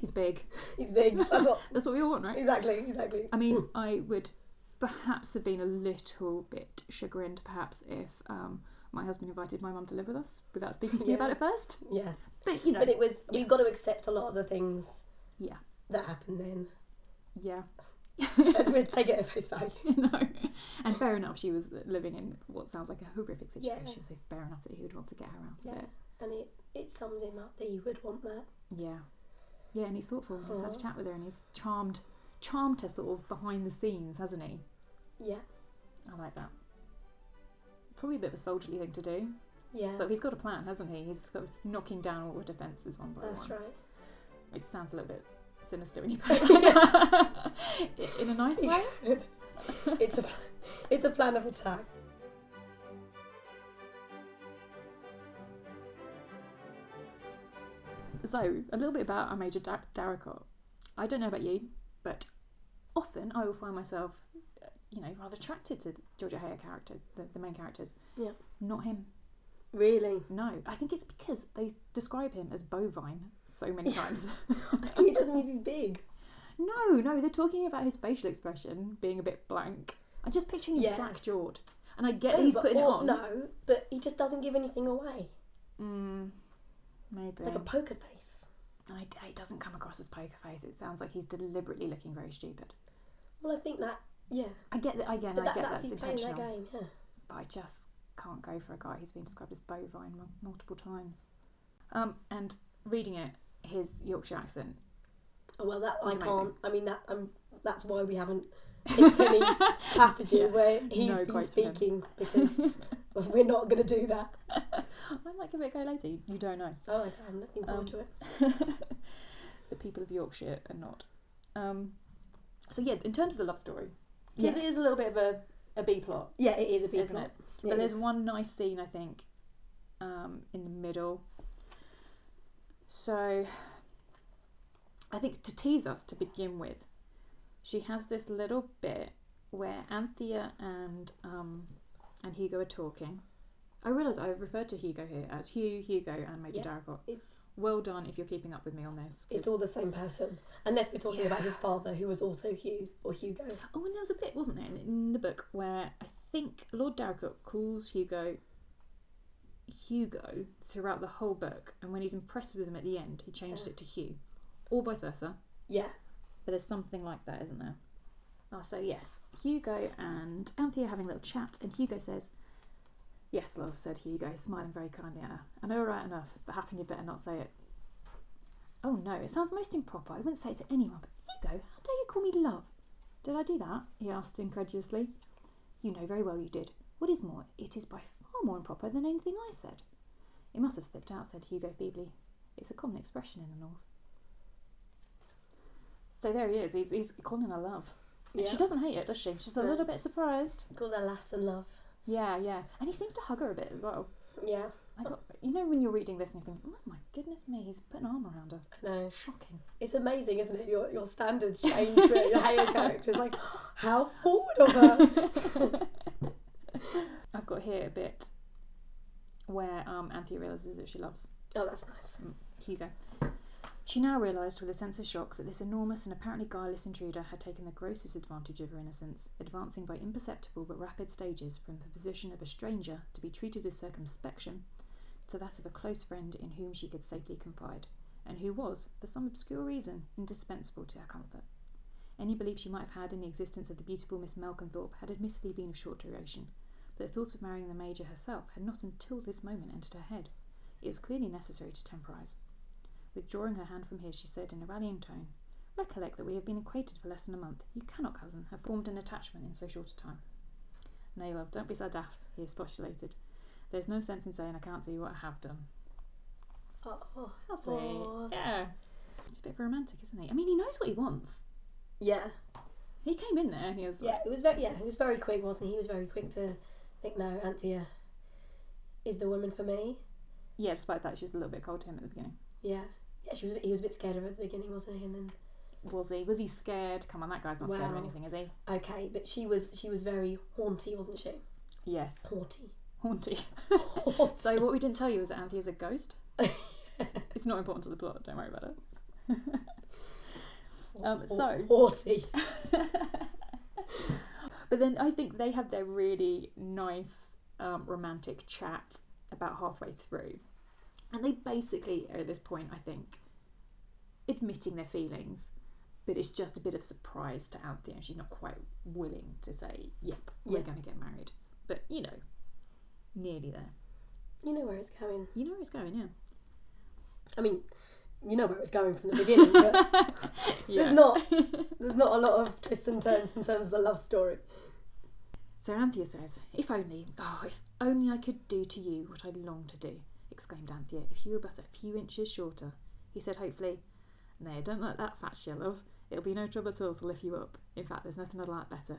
Speaker 1: He's big.
Speaker 2: he's big. That's what,
Speaker 1: That's what we all want, right?
Speaker 2: exactly. Exactly.
Speaker 1: I mean, I would perhaps have been a little bit chagrined, perhaps, if um, my husband invited my mum to live with us without speaking to me
Speaker 2: Yeah.
Speaker 1: about it first.
Speaker 2: Yeah.
Speaker 1: But, you know,
Speaker 2: But it was. We've got to accept a lot of the things.
Speaker 1: Yeah.
Speaker 2: that happened then.
Speaker 1: Yeah.
Speaker 2: Let's just take it at face value.
Speaker 1: no. And fair enough, she was living in what sounds like a horrific
Speaker 2: Yeah.
Speaker 1: situation, so fair enough that he would want to get her out of
Speaker 2: Yeah.
Speaker 1: it.
Speaker 2: And it, it sums him up that you would want that.
Speaker 1: Yeah. Yeah, and he's thoughtful. He's had
Speaker 2: Aw.
Speaker 1: a chat with her and he's charmed charmed her sort of behind the scenes, hasn't he?
Speaker 2: Yeah.
Speaker 1: I like that. Probably a bit of a soldierly thing to do.
Speaker 2: Yeah.
Speaker 1: So he's got a plan, hasn't he? He's got knocking down all the defences one by
Speaker 2: that's
Speaker 1: one.
Speaker 2: right.
Speaker 1: Which sounds a little bit sinister when you put it like that. I- In a nice way.
Speaker 2: it's a pl- it's a plan of attack.
Speaker 1: So, a little bit about our major Dar- Darricot. I don't know about you, but often I will find myself, uh, you know, rather attracted to the Georgia Hare character, the, the main characters.
Speaker 2: Yeah.
Speaker 1: Not him.
Speaker 2: Really?
Speaker 1: No. I think it's because they describe him as bovine so many times.
Speaker 2: it just means he's big.
Speaker 1: no, no, they're talking about his facial expression being a bit blank. I'm just picturing him
Speaker 2: Yeah.
Speaker 1: slack jawed. And I get that he's
Speaker 2: but-
Speaker 1: putting it
Speaker 2: or-
Speaker 1: on.
Speaker 2: No, but he just doesn't give anything away.
Speaker 1: Mm, maybe.
Speaker 2: Like a poker face.
Speaker 1: No, it- it doesn't come across as poker face. It sounds like he's deliberately looking very stupid.
Speaker 2: Well, I think that yeah.
Speaker 1: I get that. Again,
Speaker 2: But
Speaker 1: I
Speaker 2: that,
Speaker 1: get
Speaker 2: that's,
Speaker 1: that's
Speaker 2: him playing
Speaker 1: intentional,
Speaker 2: that game. Yeah.
Speaker 1: but I just can't go for a guy who's been described as bovine mul- multiple times. Um, and reading it, his Yorkshire accent.
Speaker 2: Oh, well, that I
Speaker 1: It's amazing.
Speaker 2: can't. I mean, that um, that's why we haven't picked any passages where he's,
Speaker 1: No
Speaker 2: he's
Speaker 1: quotes from him.
Speaker 2: speaking because we're not going to do that.
Speaker 1: I might give it a go later. You- You don't know.
Speaker 2: Oh, okay, I'm looking forward
Speaker 1: Um,
Speaker 2: to it.
Speaker 1: the people of Yorkshire are not. Um, so yeah, in terms of the love story, because it
Speaker 2: Yes.
Speaker 1: is a little bit of a, a B plot,
Speaker 2: Yeah, it is a big
Speaker 1: isn't
Speaker 2: plot.
Speaker 1: it? But there's
Speaker 2: is.
Speaker 1: one nice scene I think um, in the middle. So I think to tease us to begin with, she has this little bit where Anthea and um, and Hugo are talking. I realise I referred to Hugo here as Hugh, Hugo, and Major
Speaker 2: Yeah.
Speaker 1: Darricot.
Speaker 2: It's
Speaker 1: Well done if you're keeping up with me on this. 'cause-
Speaker 2: it's all the same person, unless we're talking
Speaker 1: Yeah.
Speaker 2: about his father, who was also Hugh or Hugo.
Speaker 1: Oh, and there was a bit, wasn't there, in, in the book where I think Lord Darricot calls Hugo Hugo throughout the whole book, and when he's impressed with him at the end, he changes
Speaker 2: Yeah.
Speaker 1: it to Hugh, or vice versa.
Speaker 2: Yeah,
Speaker 1: But there's something like that, isn't there? Ah, so yes, Hugo and Anthea are having a little chat, and Hugo says, "Yes, love," said Hugo, smiling very kindly at her. "I know, right enough, but happen you'd better not say it." Oh no, it sounds most improper. I wouldn't say it to anyone. But Hugo, how dare you call me love? Did I do that? He asked incredulously. You know very well you did. What is more, it is by far more improper than anything I said. It must have slipped out," said Hugo feebly. "It's a common expression in the north." So there he is. He's, he's calling her love. And
Speaker 2: yeah.
Speaker 1: She doesn't hate it, does she? She's a
Speaker 2: No.
Speaker 1: little bit surprised.
Speaker 2: Calls her lass and love.
Speaker 1: Yeah, yeah. Oh. And he seems to hug her a bit as well.
Speaker 2: Yeah,
Speaker 1: I got, you know, when you're reading this and you think, oh my goodness me, he's put an arm around her.
Speaker 2: I know.
Speaker 1: Shocking.
Speaker 2: It's amazing, isn't it? Your your standards change for your hair characters. Like, how forward of her.
Speaker 1: I've got here a bit where um, Anthea realises that she loves
Speaker 2: Oh, that's nice.
Speaker 1: Hugo. She now realised with a sense of shock that this enormous and apparently guileless intruder had taken the grossest advantage of her innocence, advancing by imperceptible but rapid stages from the position of a stranger to be treated with circumspection to that of a close friend in whom she could safely confide, and who was, for some obscure reason, indispensable to her comfort. Any belief she might have had in the existence of the beautiful Miss Malconthorpe had admittedly been of short duration, but the thought of marrying the Major herself had not until this moment entered her head. It was clearly necessary to temporise. Withdrawing her hand from his, she said in a rallying tone, Recollect that we have been acquainted for less than a month. You cannot, cousin, have formed an attachment in so short a time. Nay, love, don't be so daft, he expostulated. There's no sense in saying I can't see what I have done.
Speaker 2: Oh, oh.
Speaker 1: How sweet.
Speaker 2: Aw.
Speaker 1: Yeah. It's a bit romantic, isn't he? I mean, he knows what he wants.
Speaker 2: Yeah,
Speaker 1: He came in there and he was like,
Speaker 2: yeah. It was very yeah. It was very quick, wasn't he? He was very quick to think. No, Anthea is the woman for me.
Speaker 1: yeah, despite that, she was a little bit cold to him at the beginning.
Speaker 2: Yeah, yeah. She was. He was a bit scared of her at the beginning, wasn't he? And then
Speaker 1: Was he? Was he scared? Come on, that guy's not scared of
Speaker 2: Wow.
Speaker 1: anything, is he?
Speaker 2: okay, but she was. She was very haunty, wasn't she?
Speaker 1: Yes.
Speaker 2: Haughty.
Speaker 1: Haunty.
Speaker 2: Haughty.
Speaker 1: So what we didn't tell you is that Anthea's a ghost. it's not important to the plot. Don't worry about it. um, so-
Speaker 2: haughty.
Speaker 1: But then I think they have their really nice um, romantic chat about halfway through, and they basically are at this point I think admitting their feelings, but it's just a bit of surprise to Anthea, and she's not quite willing to say, "Yep, we're
Speaker 2: Yeah.
Speaker 1: going to get married." But you know, nearly there.
Speaker 2: You know where it's going.
Speaker 1: You know where it's going, yeah.
Speaker 2: I mean, you know where it's going from the beginning, but
Speaker 1: Yeah.
Speaker 2: there's not there's not a lot of twists and turns in terms of the love story.
Speaker 1: So Anthea says, If only, oh, if only I could do to you what I long to do, exclaimed Anthea, if you were but a few inches shorter. He said hopefully, Nay, don't let that fat you, love. It'll be no trouble at all to lift you up. In fact, there's nothing I'd like better.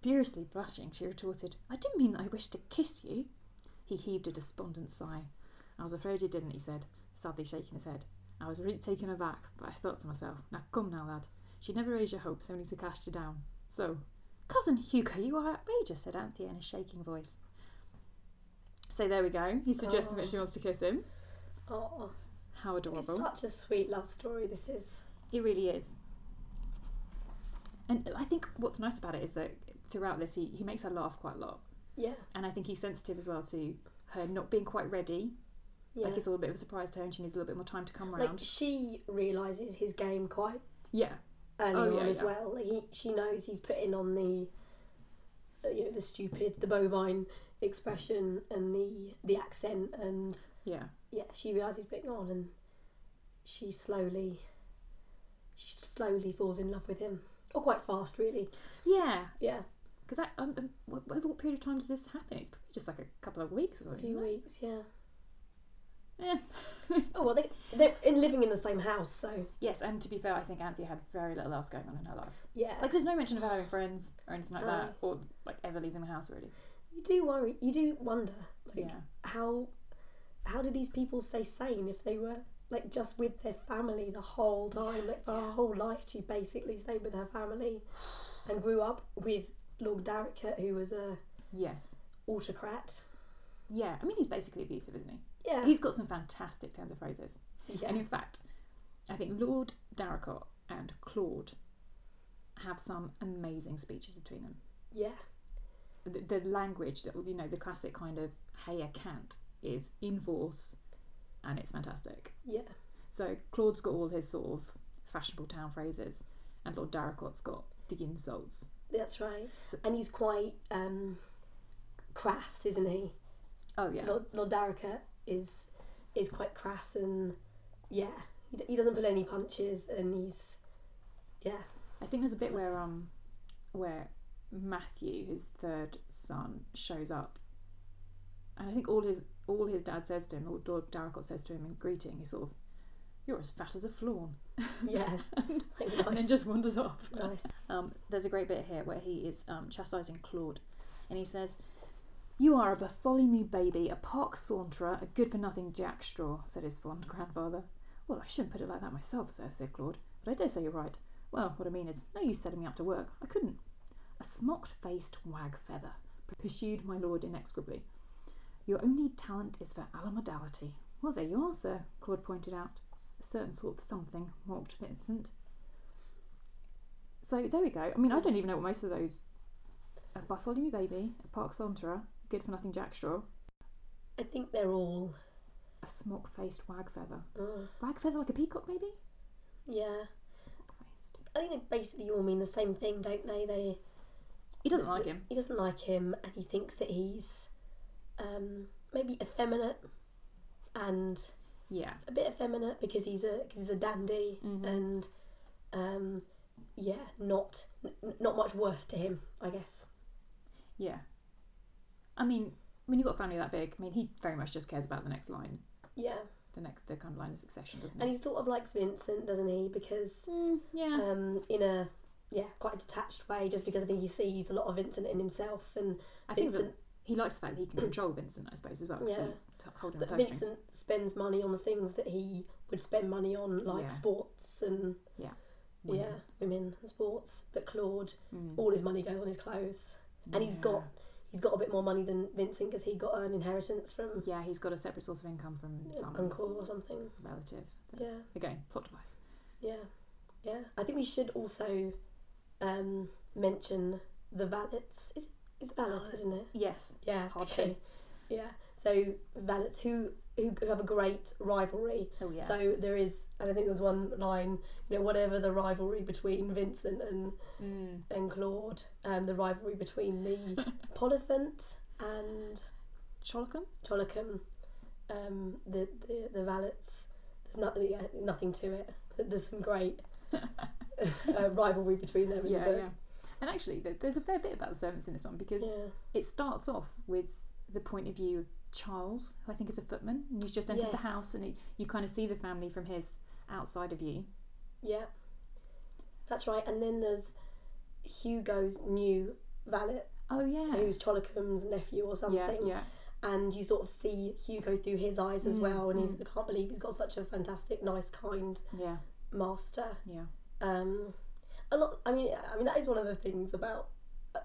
Speaker 1: Furiously blushing, she retorted, I didn't mean that I wished to kiss you. He heaved a despondent sigh. I was afraid you didn't, he said, sadly shaking his head. I was really taken aback, but I thought to myself, Now come now, lad. She'd never raise your hopes only to cast you down. So, Cousin Hugo, you are outrageous, said Anthea in a shaking voice. So there we go. He's suggesting that she wants to kiss him.
Speaker 2: Oh,
Speaker 1: How
Speaker 2: it's
Speaker 1: adorable.
Speaker 2: such a sweet love story. This is
Speaker 1: It really is. And I think what's nice about it is that throughout this, he, he makes her laugh quite a lot.
Speaker 2: yeah,
Speaker 1: And I think he's sensitive as well to her not being quite ready.
Speaker 2: yeah.
Speaker 1: Like it's all a bit of a surprise to her and she needs a little bit more time to come
Speaker 2: Like
Speaker 1: round.
Speaker 2: she realizes his game quite
Speaker 1: yeah.
Speaker 2: early
Speaker 1: Oh, yeah,
Speaker 2: on as
Speaker 1: yeah.
Speaker 2: well. Like he, she knows he's putting on the, uh, you know, the stupid, the bovine expression and the the accent, and
Speaker 1: Yeah.
Speaker 2: yeah, she realizes he's putting on, and she slowly, she slowly falls in love with him, or quite fast, really.
Speaker 1: Yeah.
Speaker 2: Yeah,
Speaker 1: Because um, um, wh- wh- over what period of time does this happen? It's probably just like a couple of weeks or
Speaker 2: a
Speaker 1: something.
Speaker 2: few
Speaker 1: isn't it?
Speaker 2: weeks. Yeah.
Speaker 1: Eh.
Speaker 2: Oh well, they they're in living in the same house, so
Speaker 1: Yes, and to be fair, I think Anthea had very little else going on in her life.
Speaker 2: yeah.
Speaker 1: Like, there's no mention of her having friends or anything like that,
Speaker 2: Uh, No.
Speaker 1: or like ever leaving the house, really.
Speaker 2: you do worry, you do wonder, like
Speaker 1: yeah.
Speaker 2: how how do these people stay sane if they were like just with their family the whole time? Like for her
Speaker 1: Yeah.
Speaker 2: whole life, she basically stayed with her family and grew up with Lord Darrickert, who was a
Speaker 1: Yes.
Speaker 2: autocrat.
Speaker 1: Yeah. I mean, he's basically abusive, isn't he?
Speaker 2: Yeah,
Speaker 1: He's got some fantastic turns of phrases.
Speaker 2: yeah,
Speaker 1: And in fact, I think Lord Darricot and Claude have some amazing speeches between them.
Speaker 2: yeah,
Speaker 1: The, the language that, you know, the classic kind of hey, I can't is in force and it's fantastic.
Speaker 2: yeah,
Speaker 1: So Claude's got all his sort of fashionable town phrases and Lord Darricot's got the insults.
Speaker 2: That's right.
Speaker 1: So-
Speaker 2: and he's quite um, crass, isn't he?
Speaker 1: Oh, yeah.
Speaker 2: Lord, Lord Darrickert is is quite crass and yeah, he, d- he doesn't pull any punches, and he's yeah,
Speaker 1: I think there's a bit
Speaker 2: What's
Speaker 1: where um where Matthew, his third son, shows up, and I think all his all his dad says to him, all Lord Darricot says to him in greeting, is sort of, "You're as fat as a flawn,"
Speaker 2: yeah, It's like,
Speaker 1: and then
Speaker 2: nice,
Speaker 1: just wanders off.
Speaker 2: nice.
Speaker 1: Um, there's a great bit here where he is um, chastising Claude, and he says, "You are a befogging new baby, a park saunterer, a good-for-nothing jackstraw," said his fond grandfather. "Well, I shouldn't put it like that myself, sir," said Claude, "but I dare say you're right. Well, what I mean is, no use setting me up to work. I couldn't." A smocked-faced wag feather pursued my lord inexorably. "Your only talent is for alamodality." "Well, there you are, sir," Claude pointed out. "A certain sort of something," mocked Vincent. So there we go. I mean, I don't even know what most of those. A Bartholomew Baby, a Park Saunterer, Good for Nothing Jackstraw,
Speaker 2: I think they're all.
Speaker 1: a smock faced wag feather.
Speaker 2: Uh,
Speaker 1: Wag feather like a peacock, maybe?
Speaker 2: yeah,
Speaker 1: Smock faced.
Speaker 2: I think they basically all mean the same thing, don't they? They
Speaker 1: He doesn't like him.
Speaker 2: he doesn't like him, and he thinks that he's um, maybe effeminate and
Speaker 1: Yeah.
Speaker 2: a bit effeminate because he's a cause he's a dandy
Speaker 1: Mhm.
Speaker 2: and um, yeah, not n- not much worth to him, I guess.
Speaker 1: Yeah. I mean, when you've got a family that big, I mean, he very much just cares about the next line,
Speaker 2: Yeah,
Speaker 1: the next, the kind of line of succession, doesn't he?
Speaker 2: and he sort of likes Vincent, doesn't he? Because
Speaker 1: Mm, yeah.
Speaker 2: um, in a yeah quite a detached way, just because I think he sees a lot of Vincent in himself, and
Speaker 1: I think
Speaker 2: Vincent
Speaker 1: that he likes the fact that he can control Vincent, I suppose, as well, because
Speaker 2: Yeah.
Speaker 1: he's t- holding the
Speaker 2: But
Speaker 1: purse
Speaker 2: Vincent
Speaker 1: strings.
Speaker 2: spends money on the things that he would spend money on, like
Speaker 1: Yeah.
Speaker 2: sports and
Speaker 1: Women.
Speaker 2: yeah, women and sports. But Claude,
Speaker 1: Mm.
Speaker 2: all his money goes on his clothes, and he's
Speaker 1: Yeah.
Speaker 2: got he's got a bit more money than Vincent because he got an inheritance from
Speaker 1: Yeah, he's got a separate source of income from some
Speaker 2: uncle or something.
Speaker 1: relative. that-
Speaker 2: Yeah,
Speaker 1: Again, plot device.
Speaker 2: yeah, yeah. I think we should also um, mention the valets. Is it's valet,
Speaker 1: Valet.
Speaker 2: isn't it?
Speaker 1: Yes.
Speaker 2: Yeah.
Speaker 1: Oh, Hard
Speaker 2: okay. Yeah. So valets who who have a great rivalry.
Speaker 1: Oh yeah.
Speaker 2: So there is, and I think there was one line, you know, whatever the rivalry between Vincent and
Speaker 1: Mm.
Speaker 2: and Claude, um, the rivalry between the Poliphant and
Speaker 1: Cholokum?
Speaker 2: Cholicum, um, the, the the valets. There's nothing yeah, nothing to it. There's some great uh, rivalry between them in
Speaker 1: Yeah,
Speaker 2: the book.
Speaker 1: yeah. And actually, there- there's a fair bit about the servants in this one because
Speaker 2: yeah.
Speaker 1: it starts off with the point of view of Charles, who I think is a footman, and he's just entered the
Speaker 2: Yes.
Speaker 1: house, and it, you kind of see the family from his outside of you.
Speaker 2: Yeah, that's right. And then there's Hugo's new valet,
Speaker 1: Oh yeah.
Speaker 2: who's Cholicum's nephew or
Speaker 1: Yeah,
Speaker 2: something.
Speaker 1: yeah.
Speaker 2: And you sort of see Hugo through his eyes as
Speaker 1: Mm,
Speaker 2: well. And he's,
Speaker 1: mm.
Speaker 2: I can't believe he's got such a fantastic, nice, kind
Speaker 1: Yeah,
Speaker 2: master.
Speaker 1: yeah.
Speaker 2: Um, a lot. I mean, I mean that is one of the things about.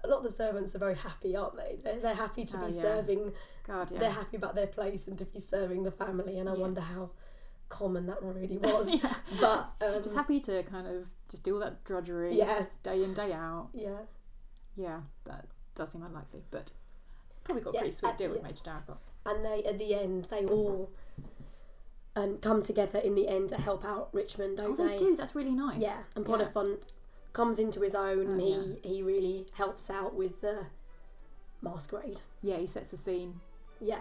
Speaker 2: A lot of the servants are very happy, aren't they? They're, they're happy to
Speaker 1: Oh,
Speaker 2: be
Speaker 1: yeah.
Speaker 2: serving.
Speaker 1: God, yeah.
Speaker 2: They're happy about their place and to be serving the family. And I
Speaker 1: Yeah.
Speaker 2: wonder how common that really was.
Speaker 1: Yeah.
Speaker 2: But um,
Speaker 1: Just happy to kind of just do all that drudgery,
Speaker 2: yeah,
Speaker 1: day in day out.
Speaker 2: yeah.
Speaker 1: Yeah, that does seem unlikely, but probably got a
Speaker 2: Yeah,
Speaker 1: pretty sweet
Speaker 2: uh,
Speaker 1: deal with
Speaker 2: yeah.
Speaker 1: Major Darragor.
Speaker 2: and they at the end they all um, come together in the end to help out Richmond,
Speaker 1: Oh,
Speaker 2: don't
Speaker 1: they do. That's really nice.
Speaker 2: Yeah, and
Speaker 1: Yeah.
Speaker 2: Polifont comes into his own, and
Speaker 1: Oh,
Speaker 2: he he really helps out with the masquerade.
Speaker 1: Yeah, he sets the scene.
Speaker 2: Yeah,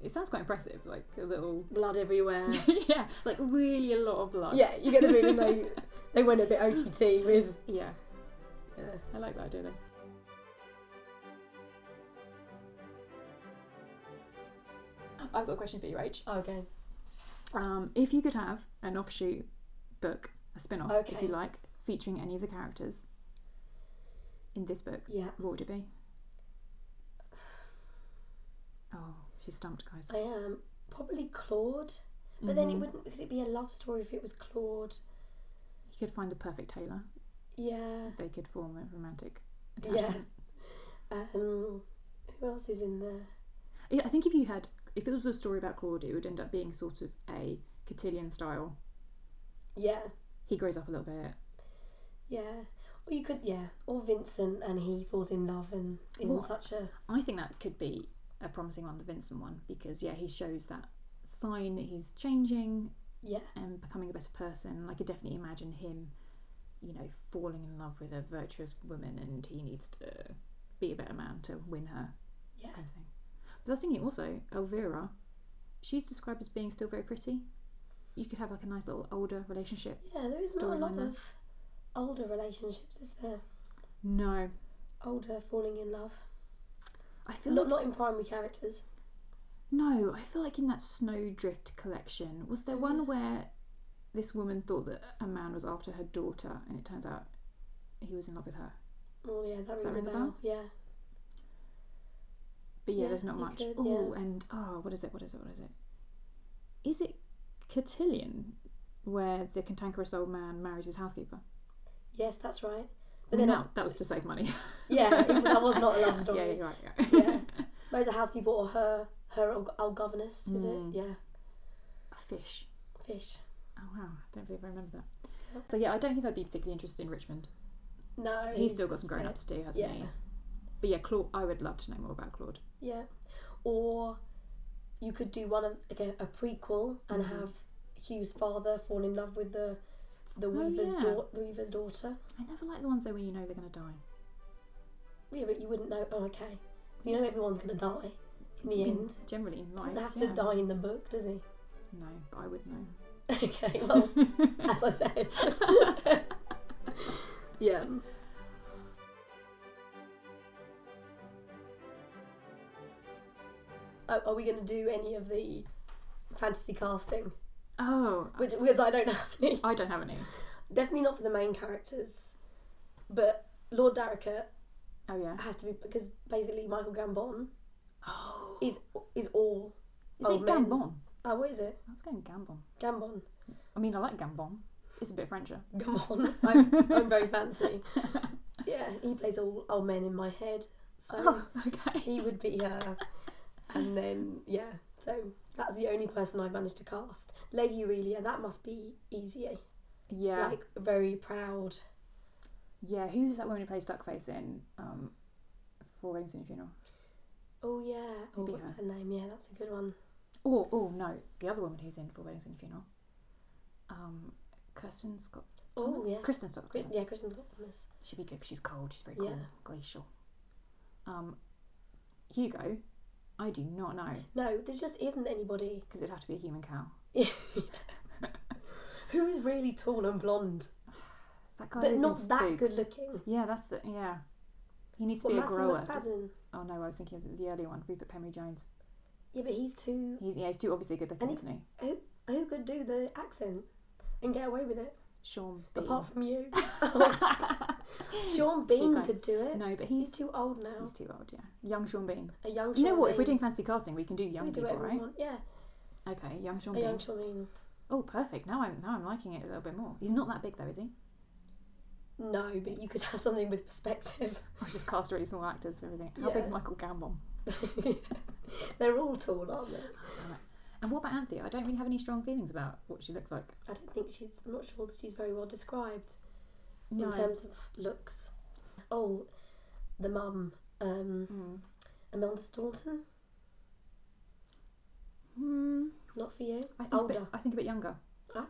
Speaker 1: It sounds quite impressive, like a little.
Speaker 2: blood everywhere.
Speaker 1: yeah, like really a lot of blood.
Speaker 2: yeah, you get the feeling they they went a bit OTT with.
Speaker 1: Yeah,
Speaker 2: Yeah.
Speaker 1: I like that idea though. I've got a question for you, Rach.
Speaker 2: Okay.
Speaker 1: Um, if you could have an offshoot book, a spin off, if
Speaker 2: Okay.
Speaker 1: you like, featuring any of the characters in this book,
Speaker 2: Yeah,
Speaker 1: what would it be? Oh, she's stumped, guys.
Speaker 2: I am probably Claude, but then it
Speaker 1: Mhm.
Speaker 2: wouldn't. Could it be a love story if it was Claude?
Speaker 1: You could find the perfect tailor.
Speaker 2: Yeah.
Speaker 1: They could form a romantic
Speaker 2: Yeah.
Speaker 1: attachment.
Speaker 2: Um, who else is in there?
Speaker 1: Yeah. I think if you had, if it was a story about Claude, it would end up being sort of a Cotillion style.
Speaker 2: Yeah.
Speaker 1: He grows up a little bit.
Speaker 2: Yeah. Or you could, yeah. Or Vincent and he falls in love and is in
Speaker 1: What?
Speaker 2: such a.
Speaker 1: I think that could be a promising one, the Vincent one, because yeah, he shows that sign that he's changing
Speaker 2: Yeah.
Speaker 1: and becoming a better person. I could definitely imagine him, you know, falling in love with a virtuous woman, and he needs to be a better man to win her
Speaker 2: Yeah.
Speaker 1: kind of thing. But I was thinking also, Elvira, she's described as being still very pretty. You could have like a nice little older relationship.
Speaker 2: Yeah, there is not a lot
Speaker 1: Storyline there.
Speaker 2: of older relationships, is there?
Speaker 1: No,
Speaker 2: Older falling in love.
Speaker 1: I feel
Speaker 2: Not,
Speaker 1: like
Speaker 2: not in primary characters.
Speaker 1: No, I feel like in that Snowdrift collection, was there
Speaker 2: Mm-hmm.
Speaker 1: one where this woman thought that a man was after her daughter and it turns out he was in love with her?
Speaker 2: Oh, yeah, that rings a
Speaker 1: ring a
Speaker 2: bell. Yeah.
Speaker 1: But yeah,
Speaker 2: Yeah,
Speaker 1: there's not
Speaker 2: so you
Speaker 1: much.
Speaker 2: could,
Speaker 1: oh, and oh, what is it? What is it? What is it? Is it Cotillion where the cantankerous old man marries his housekeeper?
Speaker 2: Yes, that's right.
Speaker 1: But
Speaker 2: But then,
Speaker 1: no, that was to save money.
Speaker 2: yeah, it- that was not a love
Speaker 1: yeah,
Speaker 2: story.
Speaker 1: you're right. Yeah.
Speaker 2: yeah. Whereas a housekeeper or her her old, old governess, is
Speaker 1: Mm.
Speaker 2: it? Yeah.
Speaker 1: Fish.
Speaker 2: Fish.
Speaker 1: Oh wow, I don't believe I remember that. So yeah, I don't think I'd be particularly interested in Richmond.
Speaker 2: No.
Speaker 1: He's still got some growing up to do, hasn't
Speaker 2: yeah.
Speaker 1: he? But yeah, Claude. I would love to know more about Claude.
Speaker 2: Yeah. Or you could do one of again a prequel and
Speaker 1: Mhm.
Speaker 2: have Hugh's father fall in love with the the
Speaker 1: Oh,
Speaker 2: weaver's
Speaker 1: yeah.
Speaker 2: daugh- the weaver's daughter.
Speaker 1: I never like the ones though where you know they're going to die.
Speaker 2: Yeah, but you wouldn't know. Oh, okay. You know everyone's gonna die in the
Speaker 1: I mean,
Speaker 2: end.
Speaker 1: Generally in life.
Speaker 2: Doesn't have
Speaker 1: yeah.
Speaker 2: to die in the book, does he?
Speaker 1: No, but I would know.
Speaker 2: okay. Well, as I said. yeah. Are are we going to do any of the fantasy casting?
Speaker 1: Oh, I-
Speaker 2: Which, because I don't have any.
Speaker 1: I don't have any.
Speaker 2: Definitely not for the main characters, but Lord Darrica
Speaker 1: Oh yeah.
Speaker 2: has to be because basically Michael Gambon
Speaker 1: Oh.
Speaker 2: is is all.
Speaker 1: Is
Speaker 2: oh,
Speaker 1: it
Speaker 2: men.
Speaker 1: Gambon?
Speaker 2: Oh, what is it?
Speaker 1: I was going Gambon.
Speaker 2: Gambon.
Speaker 1: I mean, I like Gambon. It's a bit Frencher.
Speaker 2: Gambon. I'm, I'm very fancy. Yeah, he plays all old men in my head, so
Speaker 1: Oh, okay.
Speaker 2: he would be her. And then yeah, so that's the only person I've managed to cast. Lady Aurelia, that must be easier.
Speaker 1: Yeah.
Speaker 2: Like very proud.
Speaker 1: yeah. Who's that woman who plays Duckface in um, For Weddings and a Funeral?
Speaker 2: Oh yeah. Oh,
Speaker 1: Maybe
Speaker 2: what's
Speaker 1: her.
Speaker 2: her name? Yeah, that's a good one.
Speaker 1: Or oh no, the other woman who's in Four Weddings and a Funeral, um, Kirsten Scott.
Speaker 2: Oh,
Speaker 1: Thomas?
Speaker 2: yeah.
Speaker 1: Kristen Scott.
Speaker 2: Chris,
Speaker 1: Thomas.
Speaker 2: yeah, Kristen's got one. Miss.
Speaker 1: She'd be good 'cause she's cold. She's very cool,
Speaker 2: Yeah.
Speaker 1: glacial. Um, Hugo, I do not know
Speaker 2: No, there just isn't anybody
Speaker 1: because it'd have to be a human cow.
Speaker 2: who is really tall and blonde,
Speaker 1: That guy
Speaker 2: but
Speaker 1: lives in
Speaker 2: not that
Speaker 1: Spooks.
Speaker 2: good looking.
Speaker 1: Yeah, that's the yeah. He needs to
Speaker 2: Well,
Speaker 1: be a
Speaker 2: Matthew
Speaker 1: grower.
Speaker 2: McFadden.
Speaker 1: Oh no, I was thinking of the earlier one, Rupert Penry Jones.
Speaker 2: Yeah, but he's too.
Speaker 1: He's yeah, he's too obviously good looking,
Speaker 2: And
Speaker 1: isn't he?
Speaker 2: Who, who could do the accent and get away with it
Speaker 1: Sean B.
Speaker 2: apart from you? Sean Bean
Speaker 1: guy.
Speaker 2: could do it.
Speaker 1: no, but
Speaker 2: He's
Speaker 1: he's
Speaker 2: too old now.
Speaker 1: he's too old. Yeah, young Sean Bean.
Speaker 2: A young.
Speaker 1: You know
Speaker 2: Sean
Speaker 1: what? If we're
Speaker 2: Bean.
Speaker 1: doing fancy casting, we can do young
Speaker 2: we do
Speaker 1: people,
Speaker 2: whatever
Speaker 1: right?
Speaker 2: we want. Yeah,
Speaker 1: Okay, young Sean
Speaker 2: a
Speaker 1: Bean.
Speaker 2: young Sean Bean.
Speaker 1: Oh, perfect. Now I'm now I'm liking it a little bit more. He's not that big though, is he?
Speaker 2: No, but you could have something with perspective.
Speaker 1: I just cast really small actors for everything. How
Speaker 2: Yeah.
Speaker 1: big's Michael Gambon?
Speaker 2: They're all tall, aren't they?
Speaker 1: And what about Anthea? I don't really have any strong feelings about what she looks like.
Speaker 2: I don't think she's. I'm not sure that she's very well described
Speaker 1: No.
Speaker 2: in terms of looks. Oh, the mum, um,
Speaker 1: Mm.
Speaker 2: Imelda Staunton.
Speaker 1: Hmm.
Speaker 2: Not for you.
Speaker 1: I think a bit.
Speaker 2: Older.
Speaker 1: I think a bit younger.
Speaker 2: Ah.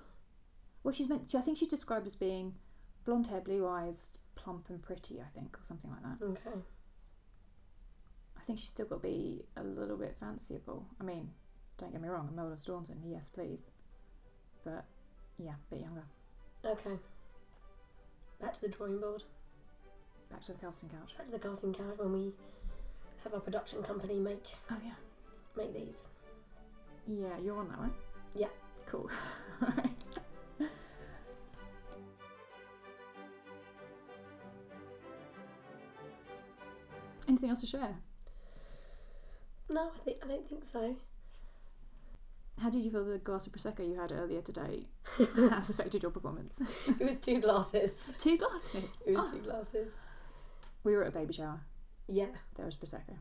Speaker 1: Well, she's meant. She, I think she's described as being blonde hair, blue eyes, plump and pretty. I think, or something like that.
Speaker 2: Okay.
Speaker 1: I think she's still got to be a little bit fanciable. I mean, don't get me wrong, Imelda Staunton, yes, please. But yeah, a bit younger.
Speaker 2: Okay. Back to the drawing board.
Speaker 1: Back to the casting couch.
Speaker 2: Back to the casting couch when we have our production company make
Speaker 1: Oh yeah.
Speaker 2: make these.
Speaker 1: Yeah, you're on that one.
Speaker 2: Yeah.
Speaker 1: Cool. Anything else to share?
Speaker 2: No, I think I don't think so.
Speaker 1: How did you feel the glass of prosecco you had earlier today has affected your performance?
Speaker 2: It was two glasses.
Speaker 1: Two glasses.
Speaker 2: It was
Speaker 1: Oh.
Speaker 2: two glasses.
Speaker 1: We were at a baby shower.
Speaker 2: Yeah,
Speaker 1: There was prosecco.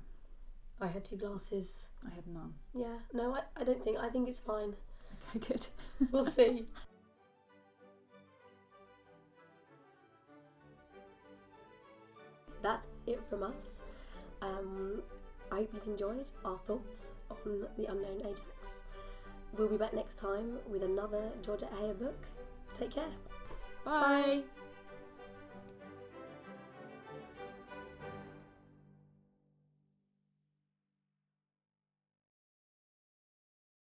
Speaker 2: I had two glasses.
Speaker 1: I had none.
Speaker 2: Yeah. No, I, I don't think I think it's fine.
Speaker 1: Okay, good.
Speaker 2: We'll see. That's it from us. Um, I hope you've enjoyed our thoughts on the unknown Ajax. We'll be back next time with another Georgia Ayer book. Take care.
Speaker 1: Bye.